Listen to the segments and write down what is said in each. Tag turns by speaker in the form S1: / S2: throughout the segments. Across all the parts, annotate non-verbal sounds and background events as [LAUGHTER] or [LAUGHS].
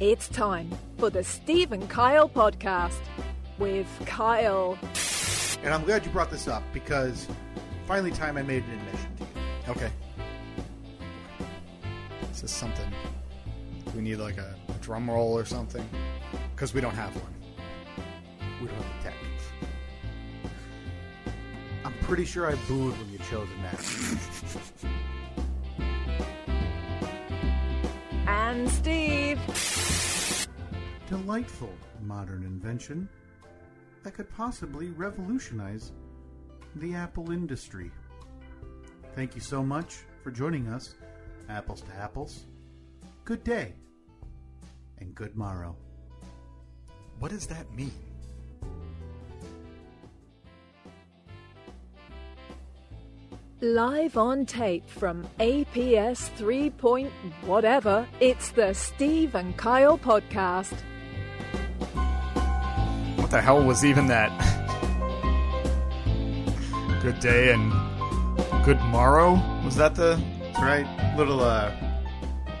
S1: It's time for the Steve and Kyle podcast with Kyle.
S2: And I'm glad you brought this up because finally, time I made an admission to you.
S3: Okay. Is this something? Do we need like a, a drum roll or something? Because we don't have one.
S2: We don't have the tactics. I'm pretty sure I booed when you chose a match. [LAUGHS]
S1: And Steve.
S2: Delightful modern invention that could possibly revolutionize the Apple industry. Thank you so much for joining us, Apples to Apples. Good day and good morrow.
S3: What does that mean?
S1: Live on tape from APS 3. Point whatever, it's the Steve and Kyle podcast.
S3: What the hell was even that? [LAUGHS] good day and good morrow? Was that the.
S2: That's right. Little uh,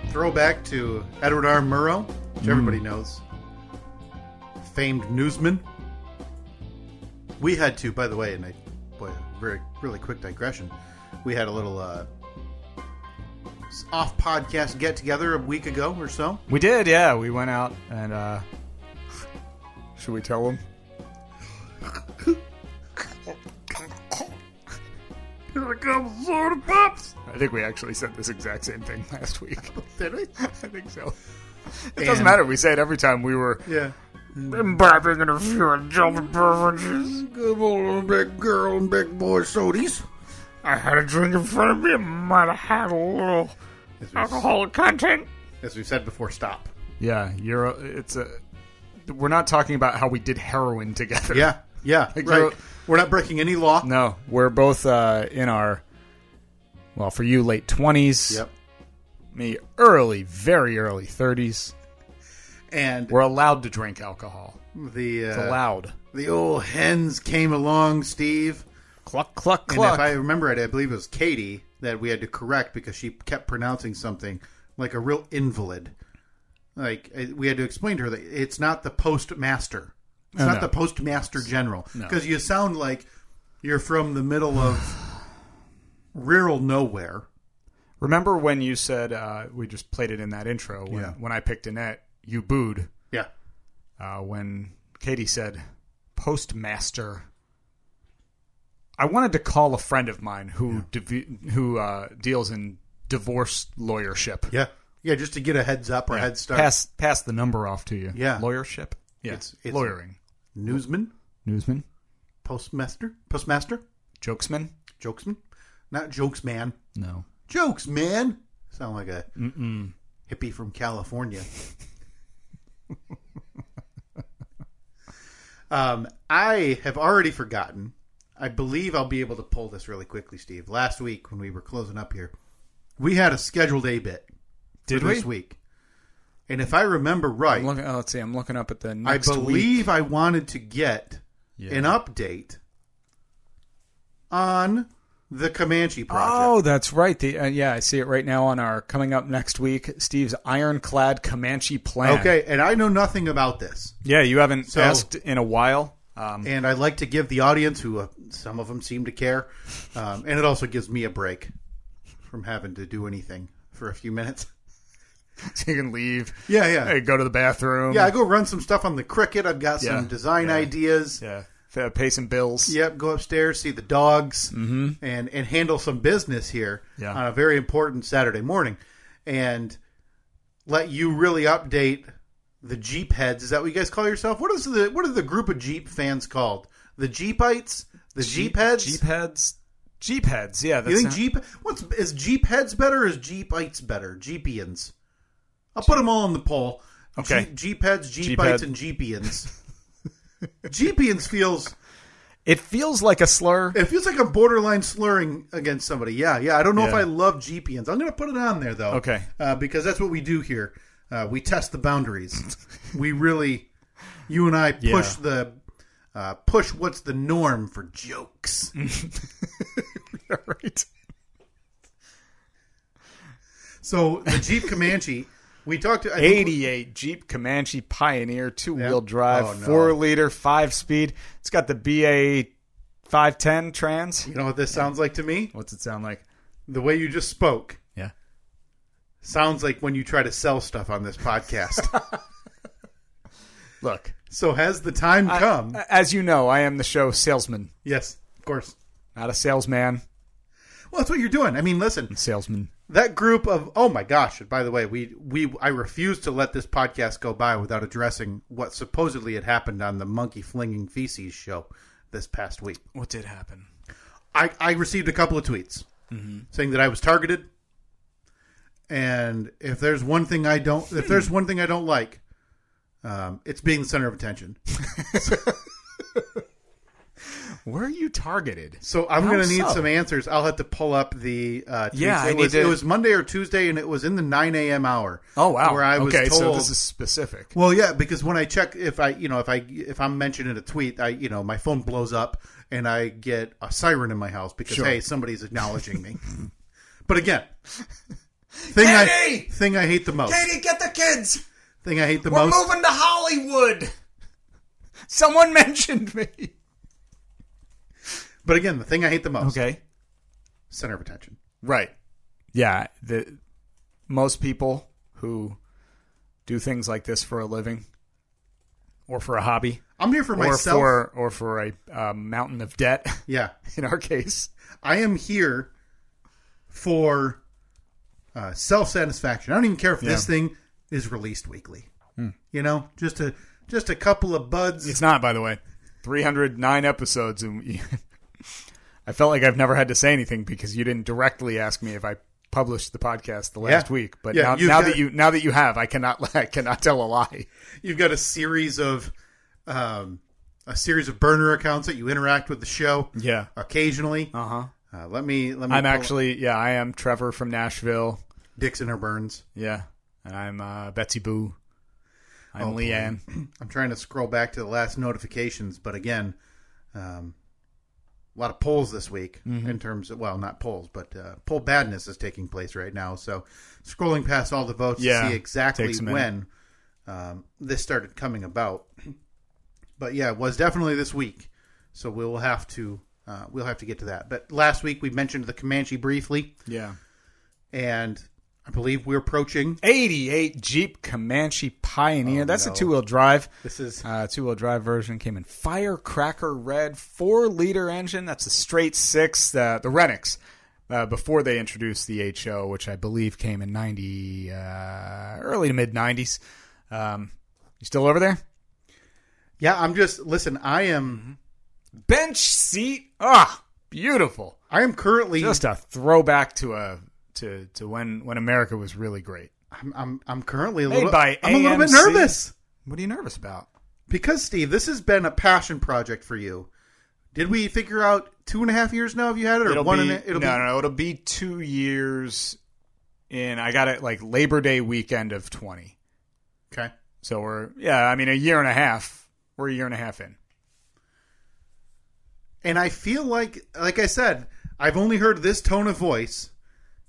S2: throwback to Edward R. Murrow, which everybody knows. Famed newsman. We had to, by the way, and I, boy, very really quick digression. We had a little uh, off podcast get together a week ago or so.
S3: We did, yeah. We went out and, uh. [SIGHS] Should we tell them? Here comes Soda Pops! I think we actually said this exact same thing last week. [LAUGHS]
S2: Did we?
S3: I think so. It doesn't matter. We say it every time we were
S2: Yeah.
S3: imbibing in a few adult beverages.
S2: Good old big girl and big boy sodas.
S3: I had a drink in front of me. I might have had a little
S2: As we've,
S3: alcoholic content.
S2: as we've said before, stop.
S3: Yeah, you're. A, it's a. We're not talking about how we did heroin together.
S2: Yeah, yeah,
S3: Like,
S2: right.
S3: you're-
S2: We're not breaking any law.
S3: No, we're both uh, in our. Well, for you, late twenties.
S2: Yep.
S3: Me, early, very early thirties.
S2: And
S3: We're allowed to drink alcohol.
S2: the
S3: It's
S2: uh,
S3: allowed.
S2: the old hens came along, Steve.
S3: Cluck cluck
S2: And
S3: cluck.
S2: if I remember right, I believe it was Katie that we had to correct because she kept pronouncing something like a real invalid. Like I- we had to explain to her that it's not the postmaster. It's
S3: Oh,
S2: not
S3: no.
S2: the postmaster general because you sound like you're from the middle of rural nowhere.
S3: Remember when you said uh, we just played it in that intro? When,
S2: Yeah.
S3: when I picked Annette, you booed.
S2: Yeah.
S3: uh, when Katie said postmaster. I wanted to call a friend of mine who div- who uh, deals in divorce lawyership.
S2: Yeah. Yeah, just to get a heads up or head start.
S3: Pass pass the number off to you.
S2: Yeah.
S3: lawyership. Yeah,
S2: It's- it's-
S3: lawyering.
S2: Newsman,
S3: Newsman,
S2: postmaster, postmaster,
S3: jokesman.
S2: jokesman, not jokes man,
S3: No,
S2: jokes man. Sound like a hippie from California. um, I have already forgotten. I believe I'll be able to pull this really quickly, Steve. Last week when we were closing up here, we had a scheduled a bit
S3: did
S2: for
S3: we?
S2: this week, and if I remember right,
S3: I'm looking, oh, let's see. I'm looking up at the
S2: I
S3: next week.
S2: believe I wanted to get
S3: Yeah.
S2: an update on the Comanche project.
S3: Oh, that's right. The uh, yeah, I see it right now on our coming up next week. Steve's ironclad Comanche plan.
S2: okay, and I know nothing about this,
S3: Yeah, you haven't
S2: So-
S3: asked in a while.
S2: [LAUGHS]
S3: Um,
S2: and I like to give the audience, who uh, some of them seem to care, um, and it also gives me a break from having to do anything for a few minutes.
S3: so you can leave.
S2: Yeah, yeah,
S3: Hey, go to the bathroom.
S2: yeah. I go run some stuff on the cricket. I've got
S3: Yeah,
S2: some design
S3: yeah.
S2: ideas.
S3: yeah. F- Pay some bills.
S2: Yep, go upstairs, see the dogs, and and handle some business here
S3: Mm-hmm. Yeah.
S2: on a very important Saturday morning, and let you really update the Jeep heads. Is that what you guys call yourself? What is the what are the group of Jeep fans called? the Jeepites, the Jeep heads.
S3: Jeep heads. Jeep heads. Yeah. That's
S2: you think Jeep? What's is Jeep heads better? Or is Jeepites better? Jeepians. I'll put them all in the poll.
S3: Okay.
S2: Jeep, Jeep heads, Jeepites,
S3: Jeep head.
S2: and Jeepians. [LAUGHS] Jeepians feels
S3: It feels like a slur.
S2: [LAUGHS] it feels like a borderline slurring against somebody. Yeah, yeah. I don't know if
S3: Yeah.
S2: I love Jeepians. I'm going to put it on there though.
S3: Okay.
S2: uh, because that's what we do here. Uh, we test the
S3: [LAUGHS]
S2: boundaries. we really, you and I push the uh, push what's the norm for
S3: [LAUGHS]
S2: jokes.
S3: right.
S2: so the Jeep Comanche. We talked to I think-
S3: 88 Jeep Comanche Pioneer, two wheel drive,
S2: Oh, no.
S3: four liter, five speed. It's got the BA 510 trans.
S2: You know what this sounds like to me?
S3: What's it sound like?
S2: The way you just spoke
S3: Yeah.
S2: sounds like when you try to sell stuff on this podcast.
S3: [LAUGHS] Look,
S2: so has the time come?
S3: as you know, I am the show salesman,
S2: yes, of course.
S3: not a salesman.
S2: Well, that's what you're doing. I mean, listen.
S3: Salesman.
S2: that group of oh my gosh and by the way we we i refuse to let this podcast go by without addressing what supposedly had happened on the monkey flinging feces show this past week
S3: What did happen?
S2: i i received a couple of tweets
S3: Mm-hmm.
S2: saying that i was targeted and if there's one thing i don't if there's one thing i don't like um, it's being the center of attention
S3: Were you targeted?
S2: So I'm
S3: How
S2: going to need
S3: so?
S2: some answers. I'll have to pull up the uh, tweets.
S3: Yeah, I
S2: it
S3: need
S2: was,
S3: to-
S2: it was Monday or Tuesday, and it was in the 9 a.m. hour.
S3: Oh, wow.
S2: Where I was
S3: okay,
S2: told,
S3: so this is specific.
S2: Well, yeah, because when I check if I, you know, if I if I'm mentioned in a tweet, I, you know, my phone blows up and I get a siren in my house because
S3: Sure.
S2: hey, somebody's acknowledging me. [LAUGHS] but
S3: [LAUGHS]
S2: again, thing I
S3: Katie!
S2: thing I hate the most,
S3: get the kids.
S2: thing I hate the Oh. most.
S3: to Hollywood. Someone [LAUGHS] mentioned me.
S2: But again, the thing I hate the most,
S3: Okay.
S2: center of attention.
S3: Right. Yeah. The most people who do things like this for a living, or for a hobby,
S2: I'm here for myself.
S3: or for or for a uh, mountain of debt. [LAUGHS]
S2: yeah,
S3: In our case,
S2: I am here for uh, self satisfaction. I don't even care if this
S3: Yeah. Hmm.
S2: thing is released weekly. You know, just a just a couple of buds.
S3: it's not. By the way, three hundred nine episodes, and [LAUGHS] I felt like I've never had to say anything because you didn't directly ask me if I published the podcast the last
S2: Yeah.
S3: week. But
S2: Yeah,
S3: now,
S2: you've
S3: now
S2: got-
S3: that you now that you have, I cannot [LAUGHS] I cannot tell a lie.
S2: you've got a series of um, a series of burner accounts that you interact with the show
S3: Yeah.
S2: occasionally.
S3: Uh huh.
S2: Uh, let me let me.
S3: I'm
S2: pull up
S3: actually yeah. I am Trevor from Nashville.
S2: Dixon or Burns.
S3: Yeah. And I'm uh, Betsy Boo. I'm
S2: Oh, boy.
S3: Leanne.
S2: I'm trying to scroll back to the last notifications, but again, um, a lot of polls this week
S3: Mm-hmm.
S2: in terms of well, not polls, but uh, poll badness is taking place right now. So scrolling past all the votes
S3: Yeah,
S2: to see exactly
S3: takes a minute.
S2: when um, this started coming about. But yeah, it was definitely this week. So we'll have to uh, we'll have to get to that. But last week we mentioned the Comanche briefly,
S3: Yeah.
S2: and I believe we're approaching.
S3: 88 Jeep Comanche Pioneer.
S2: Oh,
S3: That's
S2: no.
S3: a two wheel drive.
S2: This is
S3: Uh, two wheel drive version came in Firecracker Red, four liter engine. That's a straight six. Uh, the Renix. Uh, before they introduced the HO, which I believe came in ninety uh, early to mid nineties, um, you still over there?
S2: yeah. I'm just listen. I
S3: Mm-hmm.
S2: am
S3: Bench seat, ah, beautiful.
S2: I am currently
S3: Just a throwback to a to to when when America was really great.
S2: I'm I'm, I'm currently a
S3: Made
S2: little
S3: by
S2: I'm a little bit
S3: AMC.
S2: nervous
S3: What are you nervous about?
S2: because Steve, this has been a passion project for you. Did we figure out two and a half years now? Have you had it or one? and a, it'll
S3: no,
S2: be
S3: no, no, it'll be two years. In I got it like Labor Day weekend of twenty.
S2: okay.
S3: So we're yeah, I mean a year and a half. We're a year and a half in.
S2: And I feel like, like I said, I've only heard this tone of voice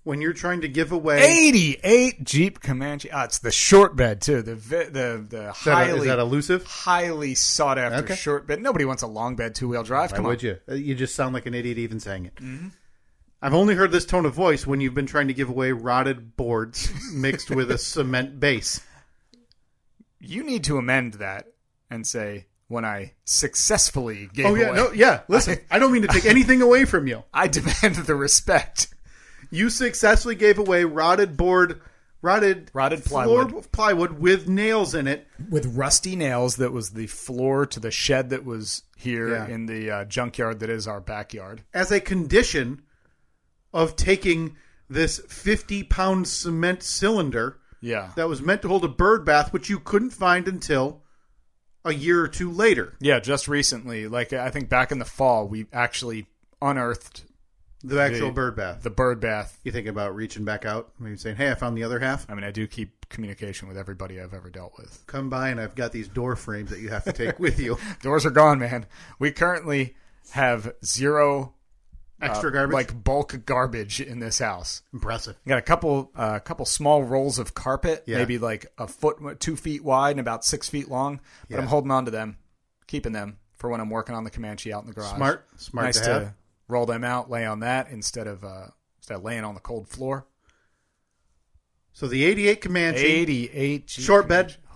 S2: when you're trying to give away.
S3: Eighty-eight Jeep Comanche. Ah, it's the short bed too. The vi- the the
S2: Is, that,
S3: highly
S2: is that elusive?
S3: highly sought after
S2: Okay.
S3: short bed. Nobody wants a long bed two wheel drive.
S2: Why
S3: Come on. Mm-hmm.
S2: would you? Uh, You just sound like an idiot even saying it. I've only heard this tone of voice when you've been trying to give away rotted boards [LAUGHS] mixed with a cement base.
S3: You need to amend that and say when I successfully gave
S2: Oh yeah,
S3: away.
S2: no, yeah.
S3: [LAUGHS]
S2: Listen, I don't mean to take anything away from you.
S3: I demand the respect.
S2: You successfully gave away rotted board rotted,
S3: Rotted
S2: floor
S3: plywood.
S2: plywood with nails in it.
S3: with rusty nails that was the floor to the shed that was here
S2: Yeah.
S3: in the uh, junkyard that is our backyard.
S2: as a condition of taking this 50 pound cement cylinder
S3: Yeah.
S2: that was meant to hold a bird bath, which you couldn't find until a year or two later.
S3: Yeah, just recently, like I think back in the fall, we actually unearthed
S2: The actual
S3: The-
S2: bird bath.
S3: the bird bath.
S2: you think about reaching back out, maybe saying, Hey, I found the other half.
S3: I mean, I do keep communication with everybody I've ever dealt with.
S2: Come by and I've got these door frames that you have to take with
S3: [LAUGHS]
S2: you.
S3: Doors are gone, man. We currently have zero uh,
S2: Extra garbage.
S3: like bulk garbage in this house.
S2: impressive.
S3: We got a couple, a couple small rolls of carpet,
S2: Yeah.
S3: maybe like a foot, two feet wide and about six feet long. But I'm
S2: Yeah.
S3: holding on to them, keeping them for when I'm working on the Comanche out in the garage.
S2: Smart, smart
S3: nice
S2: to have.
S3: roll them out, lay on that instead of uh, instead of laying on the cold floor.
S2: So the 88 Comanche,
S3: 88
S2: short bed.
S3: Oh,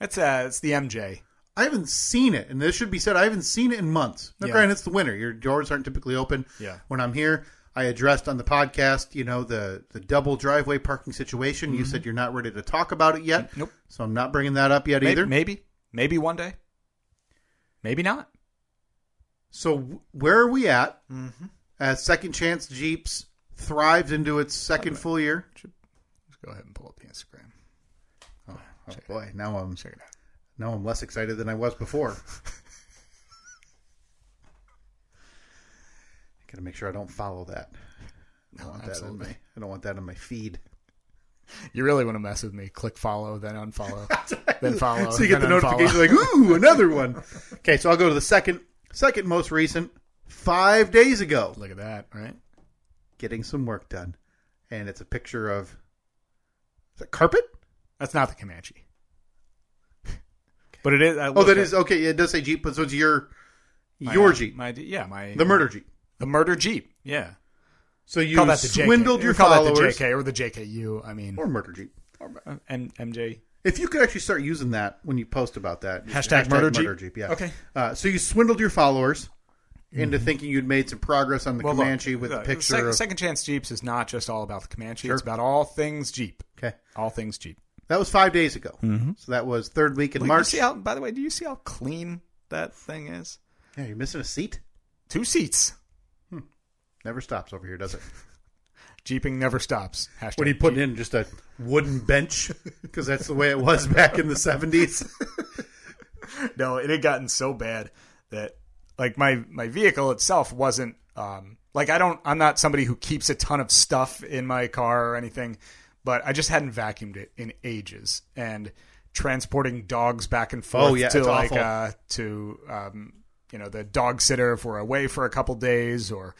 S3: That's uh, it's the MJ.
S2: I haven't seen it, and this should be said. I haven't seen it in months. Now,
S3: Yeah.
S2: granted, it's the winter. Your doors aren't typically open.
S3: Yeah.
S2: When I'm here, I addressed on the podcast, you know, the the double driveway parking situation.
S3: Mm-hmm.
S2: You said you're not ready to talk about it yet.
S3: Nope.
S2: So I'm not bringing that up yet
S3: May-
S2: either.
S3: maybe, maybe one day, maybe not.
S2: So w- where are we at? Mm-hmm. As Second Chance Jeeps thrives into its second full year.
S3: Let's go ahead and pull up the Instagram.
S2: Oh boy, now I'm
S3: Check it out.
S2: now I'm less excited than I was
S3: [LAUGHS]
S2: before. Gotta make sure I don't follow that. I don't want that on my. I don't want that on my feed.
S3: [LAUGHS] You really want to mess with me? Click follow,
S2: [LAUGHS]
S3: then unfollow, then follow.
S2: so you get the
S3: Oh, then unfollow.
S2: notification like, ooh, another one. Okay, so I'll go to the second, second most recent, five days ago.
S3: [LAUGHS] Look at that, right?
S2: Getting some work done, and it's a picture of is it carpet.
S3: That's not the Comanche, but it is. I
S2: Oh,
S3: looked
S2: that
S3: at-
S2: is okay. It does say Jeep, but so it's your
S3: my,
S2: your
S3: uh,
S2: Jeep,
S3: My yeah, my
S2: the murder Jeep.
S3: the murder Jeep. Yeah,
S2: So you
S3: call that the JK.
S2: swindled
S3: We
S2: your
S3: call that
S2: followers
S3: the JK or the JKU. I mean,
S2: or murder Jeep.
S3: uh, M- MJ.
S2: If you could actually start using that when you post about that just
S3: Hashtag murder Jeep?
S2: yeah.
S3: Okay. Mm-hmm.
S2: Uh, so you swindled your followers into thinking you'd made some progress on the
S3: Well, look,
S2: Comanche with
S3: uh,
S2: a picture
S3: Second,
S2: of
S3: second chance Jeeps is not just all about the Comanche. It's about all things Jeep.
S2: okay.
S3: All things Jeep.
S2: That was five days ago. So that was third week in
S3: Look, Mm-hmm. you
S2: March.
S3: see how? By the way, do you see how clean that thing is?
S2: yeah, you're missing a seat.
S3: Two seats.
S2: Never stops over here, does
S3: [LAUGHS]
S2: it?
S3: Jeeping never stops. Hashtag
S2: What are you putting in? Just a wooden bench? Because that's the way it was back in the
S3: [LAUGHS]
S2: 70s.
S3: no, it had gotten so bad that like my my vehicle itself wasn't um like I don't I'm not somebody who keeps a ton of stuff in my car or anything, but I just hadn't vacuumed it in ages and transporting dogs back and forth
S2: Oh, yeah,
S3: to
S2: it's
S3: like
S2: awful.
S3: uh to um you know the dog sitter if we're away for a couple days or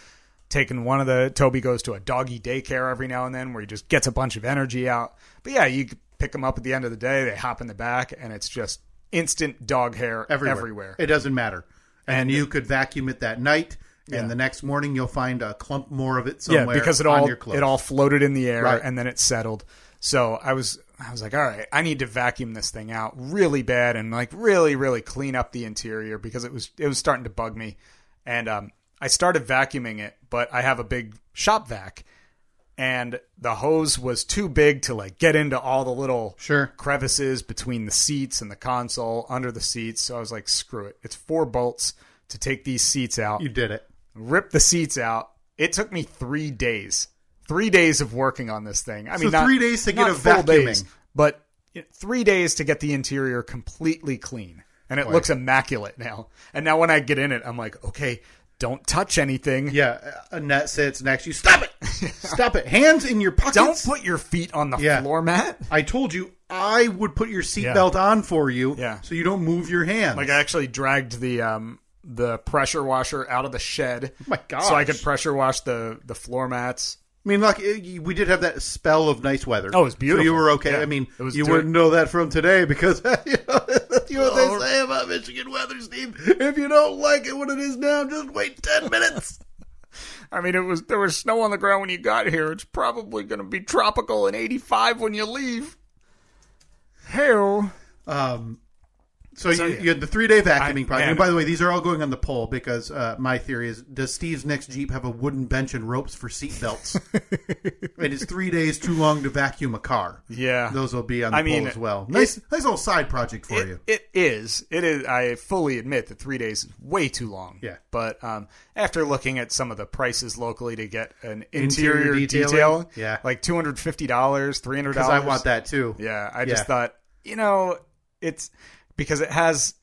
S3: taking one of the Toby goes to a doggy daycare every now and then where he just gets a bunch of energy out. But yeah, you pick them up at the end of the day, they hop in the back, and it's just instant dog hair everywhere.
S2: Everywhere. It doesn't matter. And,
S3: And-
S2: you could vacuum it that night,
S3: Yeah.
S2: and the next morning you'll find a clump more of it
S3: yeah,
S2: somewhere
S3: because it
S2: on
S3: all
S2: your clothes.
S3: it all floated in the air
S2: Right.
S3: and then it settled. So I was I was like, all right, I need to vacuum this thing out really bad and like really really clean up the interior because it was it was starting to bug me. And um, I started vacuuming it, but I have a big shop vac, and the hose was too big to like get into all the little
S2: Sure.
S3: crevices between the seats and the console under the seats. So I was like, screw it. It's four bolts to take these seats out
S2: You did it.
S3: rip the seats out. It took me three days, three days of working on this thing. I
S2: So
S3: mean, not-
S2: three days to get
S3: not
S2: a
S3: full days,
S2: vacuuming.
S3: but you know, three days to get the interior completely clean, and it looks immaculate now. And now when I get in it, I'm like, okay, don't touch anything.
S2: Yeah, Annette sits next to you. Stop
S3: [LAUGHS]
S2: it! Stop it! Hands in your pockets.
S3: Don't put your feet on the
S2: Yeah.
S3: floor mat.
S2: I told you I would put your seatbelt on for you
S3: Yeah.
S2: so you don't move your hands.
S3: Like I actually dragged the um the pressure washer out of the shed.
S2: Oh my gosh.
S3: So I could pressure wash the the floor mats.
S2: I mean, like it- we did have that spell of nice weather.
S3: Oh, it was
S2: So
S3: beautiful.
S2: you were okay.
S3: Yeah.
S2: I mean,
S3: It was
S2: you
S3: dirt-
S2: wouldn't know that from today because [LAUGHS] you know, you know
S3: Oh.
S2: what they say about Michigan weather, Steve. If you don't like it when it is now, just wait ten minutes.
S3: [LAUGHS] I mean, it was there was snow on the ground when you got here. It's probably going to be tropical and 85 when you leave. Hell,
S2: Um, So,
S3: So,
S2: you,
S3: yeah.
S2: you had the three day vacuuming
S3: I-
S2: project.
S3: man.
S2: And by the way, these are all going on the poll because uh, my theory is: Does Steve's next Jeep have a wooden bench and ropes for seat
S3: [LAUGHS]
S2: belts? and is three days too long to vacuum a car?
S3: Yeah.
S2: those will be on the
S3: I
S2: poll
S3: mean,
S2: as well. Nice, nice little side project for you.
S3: It, it is. It is. I fully admit that three days is way too long.
S2: Yeah.
S3: But um, after looking at some of the prices locally to get an
S2: Interior
S3: interior,
S2: detailing?
S3: detail,
S2: Yeah.
S3: like two hundred fifty dollars, three hundred
S2: Because
S3: dollars.
S2: I want that too.
S3: Yeah. I just
S2: Yeah.
S3: thought, you know, it's because it has.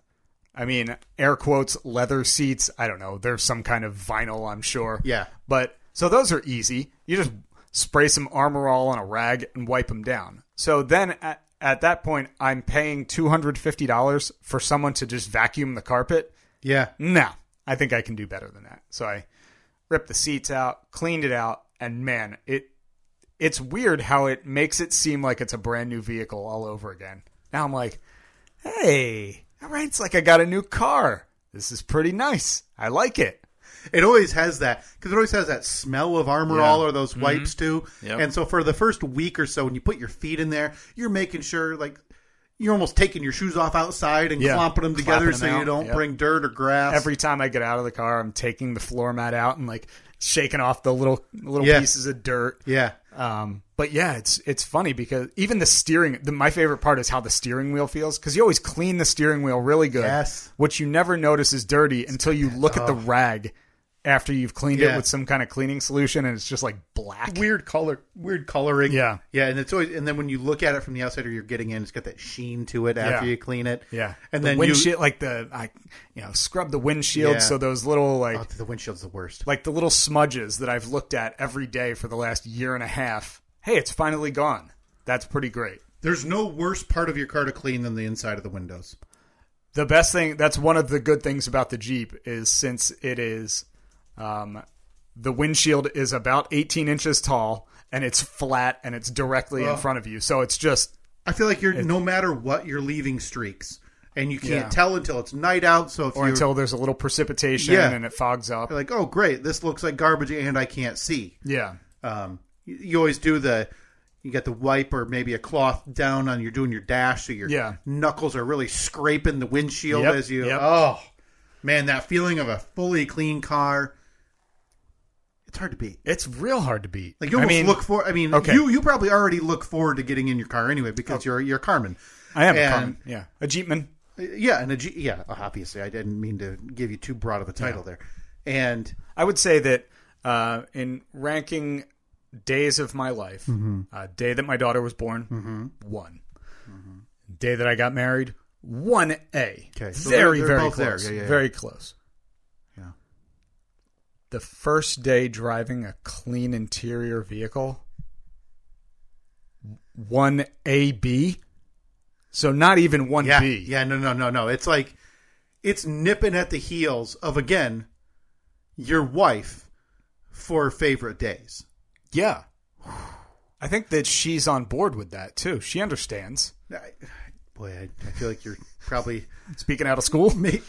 S3: I mean, air quotes leather seats. I don't know. There's some kind of vinyl, I'm sure.
S2: Yeah.
S3: But so those are easy. You just spray some armor all on a rag and wipe them down. So then at, at that point, I'm paying $250 for someone to just vacuum the carpet.
S2: yeah.
S3: No, I think I can do better than that. So I ripped the seats out, cleaned it out, and man, it it's weird how it makes it seem like it's a brand new vehicle all over again. Now I'm like, hey, all right, it's like I got a new car. This is pretty nice. I like it.
S2: It always has that because it always has that smell of armor all or those wipes too.
S3: Mm-hmm. Yep.
S2: And so for the first week or so, when you put your feet in there, you're making sure like you're almost taking your shoes off outside and
S3: Yeah.
S2: clomping them together
S3: Clapping
S2: so
S3: them out,
S2: you don't
S3: yep.
S2: bring dirt or grass.
S3: every time I get out of the car, I'm taking the floor mat out and like shaking off the little little
S2: Yeah.
S3: pieces of dirt.
S2: yeah,
S3: Um, but yeah, it's it's funny because even the steering. The, my favorite part is how the steering wheel feels because you always clean the steering wheel really good.
S2: Yes.
S3: What you never notice is dirty until you look at the rag after you've cleaned it
S2: Yeah.
S3: with some kind of cleaning solution, and it's just like black.
S2: weird color, weird coloring.
S3: Yeah.
S2: yeah, and it's always and then when you look at it from the outside or you're getting in, it's got that sheen to it after
S3: Yeah.
S2: you clean it.
S3: Yeah,
S2: and
S3: the
S2: then
S3: windshield,
S2: you
S3: like the I, you know, scrub the windshield
S2: Yeah.
S3: so those little like
S2: oh, the windshield's the worst.
S3: like the little smudges that I've looked at every day for the last year and a half. Hey, it's finally gone. That's pretty great.
S2: There's no worse part of your car to clean than the inside of the windows.
S3: The best thing that's one of the good things about the Jeep is since it is um, the windshield is about 18 inches tall and it's flat and it's directly in front of you. So it's just
S2: I feel like you're no matter what you're leaving streaks, and you can't
S3: Yeah.
S2: tell until it's night out. So if
S3: or
S2: you
S3: until there's a little precipitation
S2: Yeah.
S3: and it fogs up.
S2: you're like, oh great, this looks like garbage, and I can't see.
S3: Yeah.
S2: Um, you, you always do the. You got the wipe or maybe a cloth down on you're doing your dash, so your
S3: Yeah.
S2: knuckles are really scraping the windshield
S3: Yep,
S2: as you.
S3: yep.
S2: Oh man, that feeling of a fully clean car. It's hard to beat.
S3: It's real hard to beat.
S2: Like you almost
S3: I mean,
S2: look for. I mean,
S3: okay. Oh.
S2: you you probably already look forward to getting in your car anyway because you're you're a Carmen.
S3: I am a
S2: and-
S3: Carmen. Yeah. A Jeepman.
S2: Yeah, and a G- yeah, obviously, I didn't mean to give you too broad of a title there. And
S3: I would say that uh, in ranking days of my life,
S2: Mm-hmm.
S3: uh, day that my daughter was born, one. Day that I got married, one A.
S2: Mm-hmm. Okay, so they're-
S3: very,
S2: they're
S3: very
S2: both there.
S3: close.
S2: Yeah, yeah, yeah.
S3: Very close.
S2: Yeah.
S3: The first day driving a clean interior vehicle, one A B. So not even one
S2: yeah,
S3: B.
S2: yeah, no, no, no, no. It's like it's nipping at the heels of again your wife for favorite days.
S3: Yeah. I think that she's on board with that too. She understands.
S2: I, boy, I, I feel like you're
S3: [LAUGHS]
S2: probably
S3: Speaking out of school.
S2: may,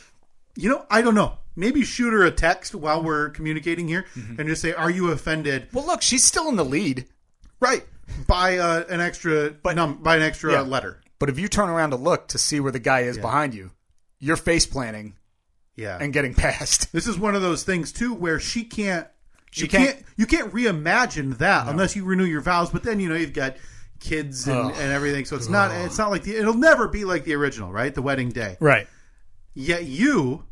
S2: you know, I don't know. Maybe shoot her a text while we're communicating here
S3: Mm-hmm.
S2: and just say, "Are you offended?"
S3: Well, look, she's still in the lead.
S2: Right. By uh, an extra
S3: But-
S2: num by an extra
S3: Yeah.
S2: letter.
S3: But if you turn around to look to see where the guy is
S2: Yeah.
S3: behind you, you're face planting
S2: Yeah.
S3: and getting past.
S2: This is one of those things too where she can't
S3: She
S2: you can't,
S3: can't-
S2: you can't reimagine that unless you renew your vows, but then you know you've got kids and,
S3: Ugh.
S2: and everything. So it's not it's not like the it'll never be like the original, right? The wedding day.
S3: Oh. Right.
S2: Yet you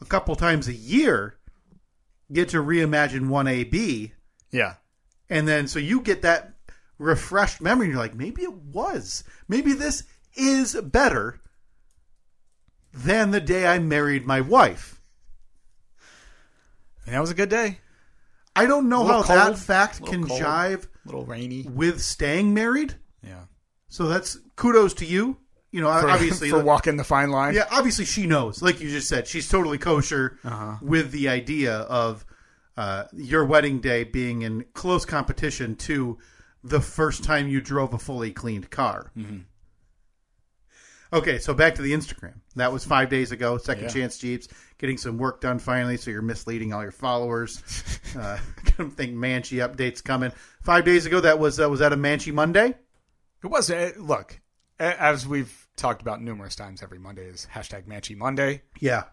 S2: a couple times a year get to reimagine one A B
S3: Yeah.
S2: and then so you get that refreshed memory and you're like, maybe it was. Maybe this is better than the day I married my wife.
S3: And that was a good day.
S2: I don't know how
S3: Little
S2: that
S3: cold.
S2: fact
S3: Little
S2: can
S3: cold.
S2: jive
S3: A little rainy.
S2: with staying married.
S3: Yeah.
S2: So that's kudos to you. You know,
S3: For,
S2: Uh, obviously,
S3: [LAUGHS] for walking the fine line.
S2: yeah, obviously she knows. Like you just said, she's totally kosher with the idea of uh, your wedding day being in close competition to the first time you drove a fully cleaned car. Okay, so back to the Instagram. That was five days ago. Second
S3: Yeah.
S2: chance Jeeps getting some work done finally. So you're misleading all your followers. uh, [LAUGHS] I don't think Manchi updates coming. Five days ago, that was uh, was that a Manchi Monday?
S3: It wasn't. It, look, a- eh, as we've talked about numerous times every Monday is hashtag Matchy Monday.
S2: Yeah.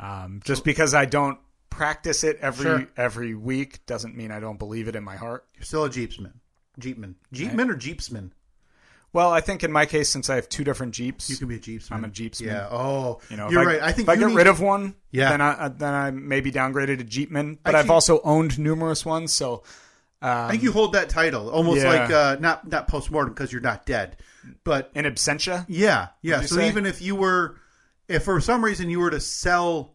S3: Um, just because I don't practice it every
S2: Sure.
S3: every week doesn't mean I don't believe it in my heart.
S2: You're still a Jeepsman. Jeepman. Jeepman or Jeepsman?
S3: Well, I think in my case, since I have two different Jeeps,
S2: You can be a Jeepsman.
S3: I'm a Jeepsman.
S2: Yeah. Oh,
S3: you know, if
S2: you're
S3: I,
S2: right. I think
S3: if I
S2: you
S3: get
S2: need-
S3: rid of one,
S2: Yeah.
S3: then I uh, then I may be downgraded to Jeepman. But
S2: I
S3: I've
S2: keep-
S3: also owned numerous ones, so
S2: I think you hold that title almost
S3: Yeah.
S2: like uh, not not postmortem because you're not dead, but
S3: in absentia.
S2: yeah, yeah.
S3: you
S2: So
S3: say?
S2: even if you were, if for some reason you were to sell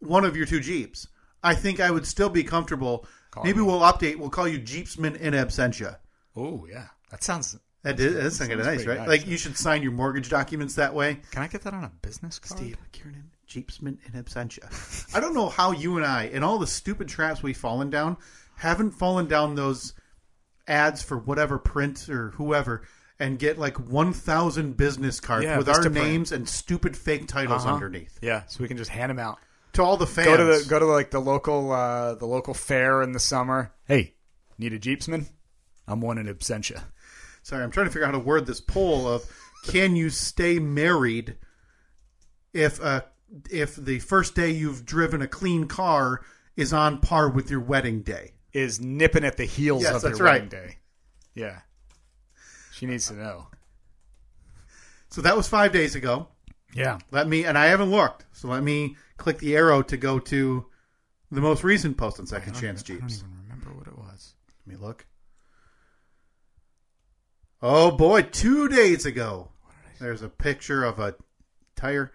S2: one of your two jeeps, I think I would still be comfortable. Maybe we'll update. We'll call you Jeepsman in absentia.
S3: Oh yeah, that sounds.
S2: That is, that's kind of
S3: Sounds
S2: nice,
S3: pretty
S2: right?
S3: nice.
S2: Like you should sign your mortgage documents that way.
S3: Can I get that on a business card?
S2: Steve Kiernan, Jeepsman in absentia. I don't know how you and I, and all the stupid traps we've fallen down, haven't fallen down those ads for whatever print or whoever and get like 1,000 business cards
S3: Yeah,
S2: with our
S3: Vista print.
S2: names and stupid fake titles
S3: Uh-huh.
S2: underneath.
S3: Yeah, so we can just hand them out.
S2: To all the fans.
S3: Go to the go to like the local uh, the local fair in the summer. Hey, need a Jeepsman? I'm one in absentia.
S2: Sorry, I'm trying to figure out how to word this poll of can you stay married if uh, if the first day you've driven a clean car is on par with your wedding day?
S3: Is nipping at the heels
S2: Yes,
S3: of your
S2: that's right.
S3: wedding day. Yeah, she needs to know.
S2: So that was five days ago.
S3: Yeah,
S2: Let me, and I haven't looked, so let me click the arrow to go to the most recent post on Second Chance Jeeps.
S3: even remember what it was.
S2: Let me look. Oh boy, two days ago, there's a picture of a tire.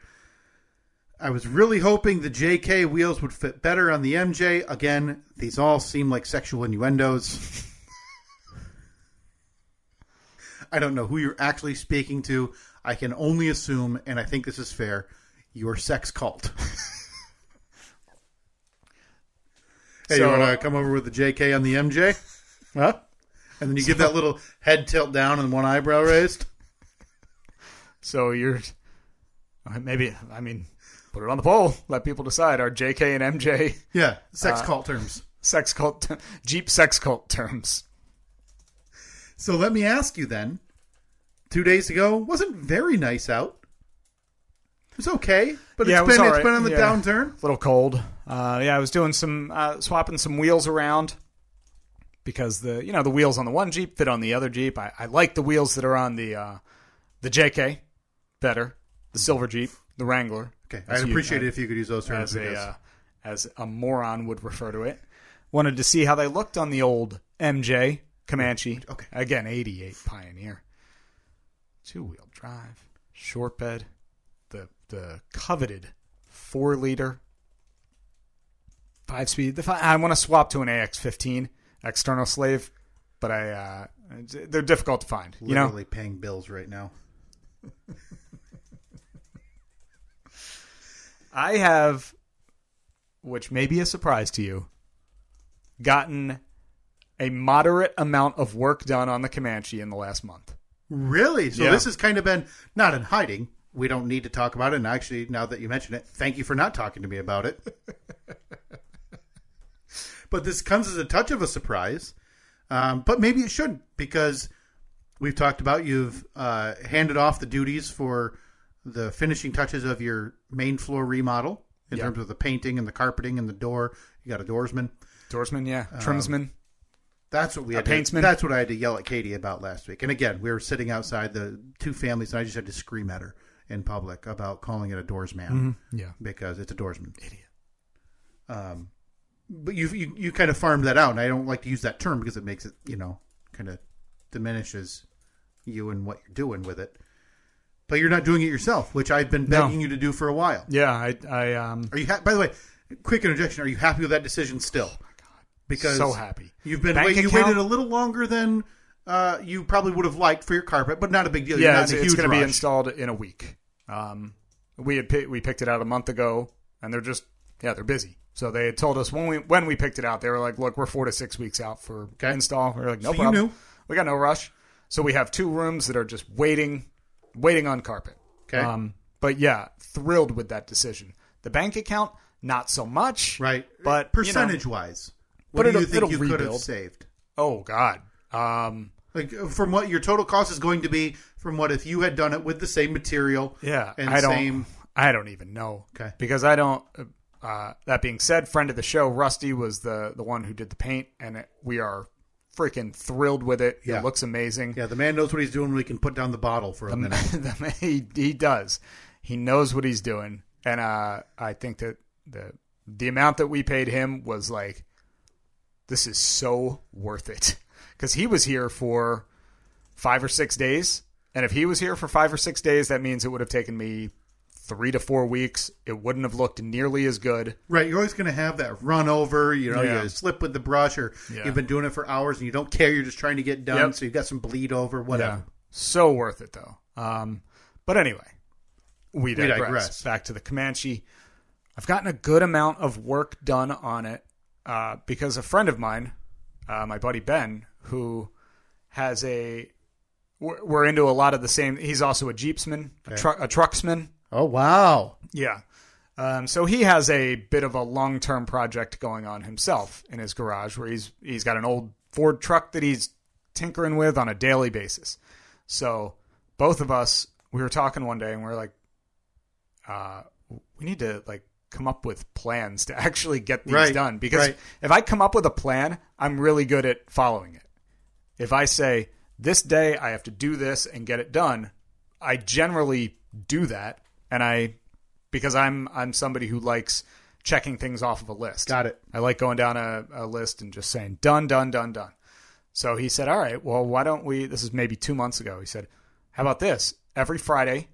S2: I was really hoping the JK wheels would fit better on the MJ. Again, these all seem like sexual innuendos. [LAUGHS] I don't know who you're actually speaking to. I can only assume, and I think this is fair, your sex cult. [LAUGHS] hey,
S3: So-
S2: you want to come over with the JK on the MJ? Huh? And then you give that little head tilt down and one eyebrow raised.
S3: So you're uh, maybe I mean put it on the poll. Let people decide. Are JK and MJ
S2: Yeah, sex cult terms.
S3: sex cult ter- Jeep sex cult terms?
S2: So let me ask you then. Two days ago wasn't very nice out. It was okay, but
S3: Yeah, it
S2: it's
S3: was
S2: been
S3: all
S2: it's
S3: right.
S2: been on the
S3: Yeah.
S2: downturn.
S3: A little cold. Uh, yeah, I was doing some uh, swapping some wheels around because the you know the wheels on the one Jeep fit on the other Jeep. I, I like the wheels that are on the uh, the JK better. The silver Jeep, the Wrangler.
S2: Okay,
S3: That's
S2: I'd
S3: you.
S2: appreciate it if you could use those terms.
S3: as a
S2: because-
S3: uh, as a moron would refer to it. Wanted to see how they looked on the old MJ Comanche.
S2: Okay.
S3: Again, 88 Pioneer. Two wheel drive, short bed, the the coveted 4 liter 5 speed. The fi- I want to swap to an AX15 external slave, but I uh, they're difficult to find, you know.
S2: literally paying bills right now.
S3: I have, which may be a surprise to you, gotten a moderate amount of work done on the Comanche in the last month.
S2: Really? So
S3: Yeah.
S2: this has kind of been not in hiding. We don't need to talk about it. And actually, now that you mention it, thank you for not talking to me about it. [LAUGHS] but this comes as a touch of a surprise. Um, but maybe it should because we've talked about you've uh, handed off the duties for the finishing touches of your main floor remodel in
S3: Yeah.
S2: terms of the painting and the carpeting and the door. You got a doorsman.
S3: Doorsman, yeah. Trimsman.
S2: That's what we
S3: A
S2: had. to-
S3: paintsman?
S2: that's what I had to yell at Katie about last week. And again, we were sitting outside the two families, and I just had to scream at her in public about calling it a doorsman
S3: Yeah.
S2: because it's a doorsman. Idiot. Um, but you, you you kind of farmed that out, and I don't like to use that term because it makes it you know kind of diminishes you and what you're doing with it. But you're not doing it yourself, which I've been
S3: No.
S2: begging you to do for a while.
S3: Yeah, I, I um,
S2: Are you? Ha- by the way, quick interjection. Are you happy with that decision still? Because
S3: Oh so happy.
S2: You've been
S3: Bank
S2: wait, you
S3: account-
S2: waited a little longer than uh, you probably would have liked for your carpet, but not a big deal. You're
S3: yeah,
S2: not
S3: it's,
S2: in a
S3: it's
S2: huge
S3: going to be
S2: rush.
S3: installed in a week. Um, we had pi- we picked it out a month ago, and they're just yeah they're busy. So they had told us when we when we picked it out, they were like, "Look, we're four to six weeks out for install." We are like, "No
S2: So you
S3: problem,
S2: knew.
S3: we got no rush." So we have two rooms that are just waiting, waiting on carpet.
S2: Okay.
S3: Um, but yeah, thrilled with that decision. The bank account, not so much.
S2: right,
S3: But you know-
S2: percentage wise, what
S3: But
S2: do you
S3: it'll-
S2: think
S3: it'll
S2: you could have
S3: rebuild.
S2: saved?
S3: oh God. Um,
S2: Like uh, from what your total cost is going to be from what if you had done it with the same material.
S3: Yeah,
S2: And
S3: I don't.
S2: same
S3: I don't even know.
S2: Okay.
S3: because I don't. Uh, that being said, friend of the show, Rusty was the the one who did the paint, and it, we are freaking thrilled with it.
S2: Yeah.
S3: It looks amazing.
S2: Yeah, the man knows what he's doing when he can put down the bottle for a minute.
S3: [LAUGHS] The man- he he does. He knows what he's doing, and uh, I think that the the amount that we paid him was like, this is so worth it [LAUGHS] because he was here for five or six days, and if he was here for five or six days, that means it would have taken me three to four weeks. It wouldn't have looked nearly as good.
S2: Right, you're always going to have that run over, you know,
S3: Yeah.
S2: you slip with the brush or
S3: Yeah.
S2: you've been doing it for hours and you don't care, you're just trying to get done,
S3: Yep.
S2: so you've got some bleed over, whatever.
S3: So worth it though. Um, but anyway, we digress.
S2: digress.
S3: Back to the Comanche. I've gotten a good amount of work done on it uh, because a friend of mine, uh, my buddy Ben, who has a we're, we're into a lot of the same. He's also a jeepsman, a, truck a trucksman.
S2: Oh, wow.
S3: Yeah. Um, so he has a bit of a long term project going on himself in his garage where he's he's got an old Ford truck that he's tinkering with on a daily basis. So both of us we were talking one day and we are like, uh, we need to like come up with plans to [LAUGHS] actually get these
S2: Right,
S3: done because
S2: right.
S3: if I come up with a plan, I'm really good at following it. If I say this day I have to do this and get it done, I generally do that and I because I'm I'm somebody who likes checking things off of a list.
S2: Got it.
S3: I like going down a, a list and just saying done, done, done, done. So he said, All right, well, why don't we this is maybe two months ago. He said, How about this? Every Friday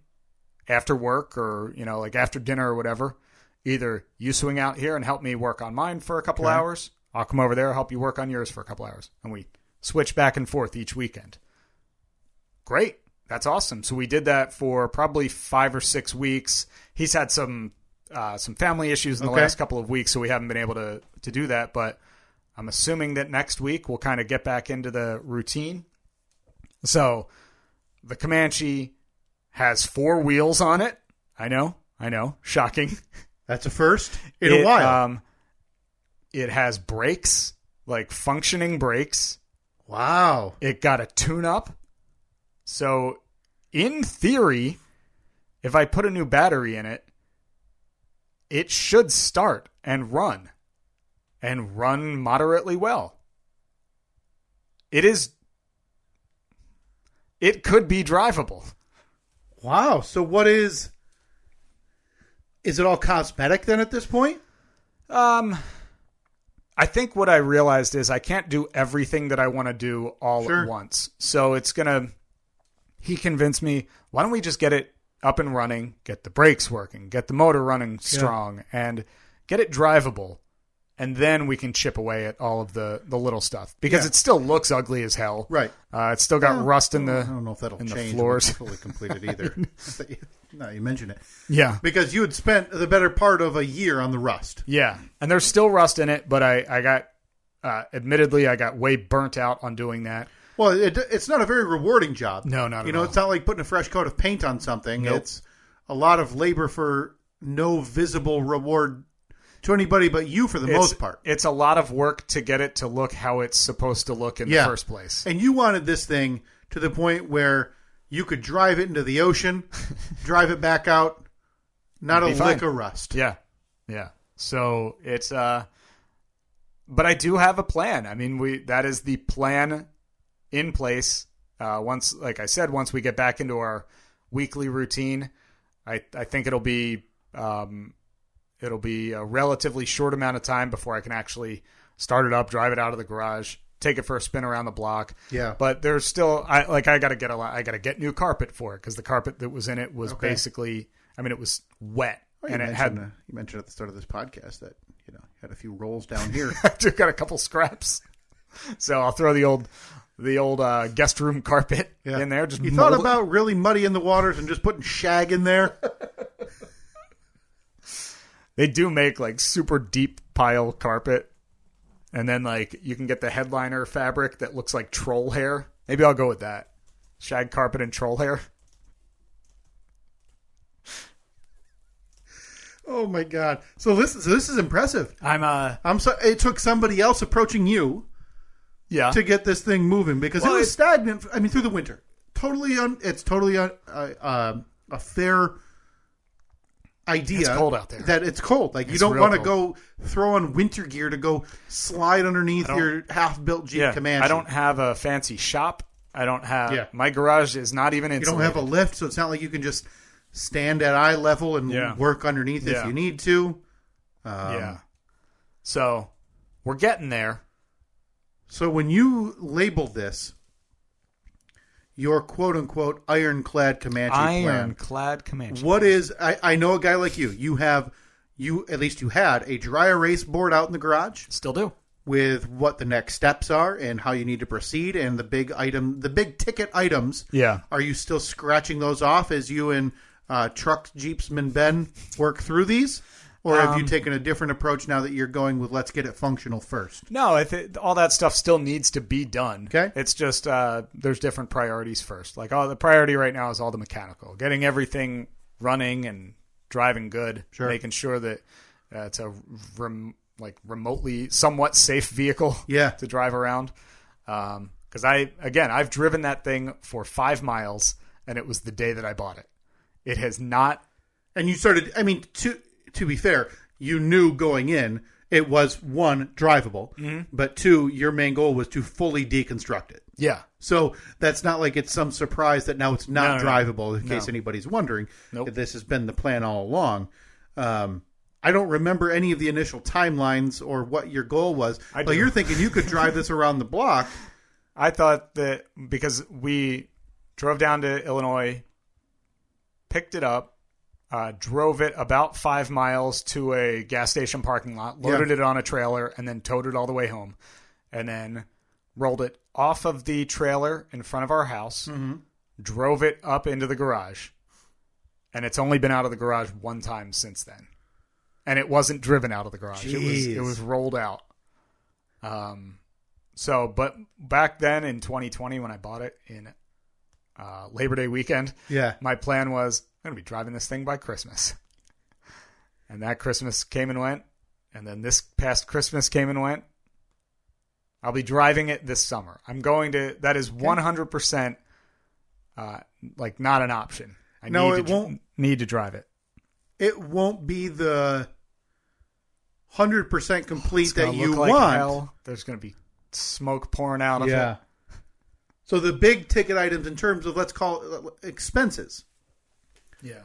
S3: after work or, you know, like after dinner or whatever, either you swing out here and help me work on mine for a couple hours. I'll come over there, help you work on yours for a couple hours. And we switch back and forth each weekend. Great. That's awesome. So we did that for probably five or six weeks. He's had some uh, some family issues in the
S2: Okay.
S3: last couple of weeks, so we haven't been able to to do that. But I'm assuming that next week we'll kind of get back into the routine. So the Comanche has four wheels on it. I know, I know, shocking.
S2: That's a first [LAUGHS] in
S3: It,
S2: a while.
S3: Um, it has brakes, like functioning brakes.
S2: wow.
S3: It got a tune up. So, in theory, if I put a new battery in it, it should start and run and run moderately well. It is. It could be drivable.
S2: Wow. So what is is it all cosmetic then at this point?
S3: Um, I think what I realized is I can't do everything that I want to do all
S2: Sure.
S3: at once. So it's gonna. He convinced me. Why don't we just get it up and running, get the brakes working, get the motor running strong, and get it drivable, and then we can chip away at all of the the little stuff because
S2: Yeah.
S3: it still looks ugly as hell.
S2: Right.
S3: Uh, it's still got
S2: Well,
S3: rust in
S2: I don't
S3: the.
S2: know if that'll
S3: Uh, in the
S2: change
S3: floors.
S2: when it's fully completed either. no, you mentioned it.
S3: [LAUGHS] Yeah.
S2: Because you had spent the better part of a year on the rust.
S3: Yeah, and there's still rust in it, but I I got. Uh, admittedly, I got way burnt out on doing that.
S2: Well, it, it's not a very rewarding job.
S3: No, not
S2: you
S3: at
S2: know.
S3: all.
S2: It's not like putting a fresh coat of paint on something.
S3: Nope.
S2: It's a lot of labor for no visible reward to anybody but you for the
S3: it's-
S2: most part.
S3: It's a lot of work to get it to look how it's supposed to look in
S2: Yeah.
S3: the first place.
S2: And you wanted this thing to the point where you could drive it into the
S3: [LAUGHS]
S2: ocean, drive it back out, not a
S3: Be fine.
S2: lick of rust.
S3: Yeah. Yeah. So it's uh but I do have a plan. I mean, we that is the plan in place. Uh once like I said, once we get back into our weekly routine, I I think it'll be um it'll be a relatively short amount of time before I can actually start it up, drive it out of the garage, take it for a spin around the block.
S2: Yeah.
S3: But there's still I like I got to get a lot I got to get new carpet for it cuz the carpet that was in it was
S2: Okay.
S3: basically I mean, it was wet
S2: Well, you
S3: and it
S2: mentioned,
S3: had
S2: uh, you mentioned at the start of this podcast that you know you had a few rolls
S3: [LAUGHS]
S2: down here.
S3: I just got a couple scraps. So I'll throw the old the old uh, guest room carpet
S2: Yeah.
S3: in there. Just
S2: you thought
S3: mold it.
S2: about really muddy in the waters and just putting shag in
S3: [LAUGHS]
S2: there.
S3: they do make like super deep pile carpet, and then like you can get the headliner fabric that looks like troll hair. Maybe I'll go with that shag carpet and troll hair.
S2: Oh my god! So this so this is impressive.
S3: I'm uh
S2: I'm so it took somebody else approaching you
S3: Yeah.
S2: to get this thing moving because
S3: Well,
S2: it was
S3: it-
S2: stagnant. I mean, through the winter, totally. Un, it's totally un, uh, uh, a fair idea.
S3: It's cold out there.
S2: That it's cold. Like you
S3: It's
S2: don't
S3: real
S2: want to
S3: cold.
S2: go throw on winter gear to go slide underneath
S3: don't-
S2: your half-built Jeep
S3: yeah.
S2: Comanche.
S3: I don't have a fancy shop. I don't have
S2: Yeah.
S3: my garage is not even
S2: You
S3: insulated.
S2: don't have a lift, so it's not like you can just stand at eye level and
S3: Yeah.
S2: work underneath if
S3: Yeah.
S2: you need to. Um,
S3: yeah. So we're getting there.
S2: So when you label this your quote unquote ironclad Comanche plan,
S3: Ironclad Comanche.
S2: what is I, I know a guy like you. You have you at least you had a dry erase board out in the garage
S3: Still do.
S2: with what the next steps are and how you need to proceed and the big item the big ticket items.
S3: Yeah.
S2: Are you still scratching those off as you and uh, truck jeepsman Ben work through these? Or have you taken a different approach now that you're going with let's get it functional first?
S3: No, I th- all that stuff still needs to be done.
S2: Okay.
S3: It's just uh, there's different priorities first. Like, oh, the priority right now is all the mechanical, getting everything running and driving good,
S2: Sure.
S3: making sure that uh, it's a rem- like remotely somewhat safe vehicle.
S2: [LAUGHS] Yeah.
S3: To drive around, because I again I've driven that thing for five miles, and it was the day that I bought it. It has not.
S2: and you started i mean to to be fair you knew going in it was one drivable but two your main goal was to fully deconstruct it
S3: Yeah.
S2: so that's not like it's some surprise that now it's not
S3: No, no,
S2: drivable in case anybody's wondering
S3: Nope.
S2: this has been the plan all along um I don't remember any of the initial timelines or what your goal was.
S3: I
S2: but
S3: do.
S2: you're thinking you could drive this around the
S3: [LAUGHS]
S2: block.
S3: I thought that because we drove down to Illinois, picked it up, uh, drove it about five miles to a gas station parking lot, loaded it on a trailer, and then towed it all the way home, and then rolled it off of the trailer in front of our house, drove it up into the garage, and it's only been out of the garage one time since then, and it wasn't driven out of the garage. It was
S2: Jeez.
S3: it was rolled out. Um, so, but back then in 2020, when I bought it in uh, Labor Day weekend,
S2: Yeah.
S3: my plan was I'm going to be driving this thing by Christmas. And that Christmas came and went. And then this past Christmas came and went. I'll be driving it this summer. I'm going to, that is 100% uh, like not an option. I
S2: No,
S3: need to
S2: it
S3: dr-
S2: won't.
S3: need to drive it.
S2: It won't be the 100% complete
S3: It's gonna
S2: that you
S3: look like
S2: want.
S3: hell. There's going to be smoke pouring out of it.
S2: So the big ticket items in terms of let's call it uh, expenses.
S3: Yeah.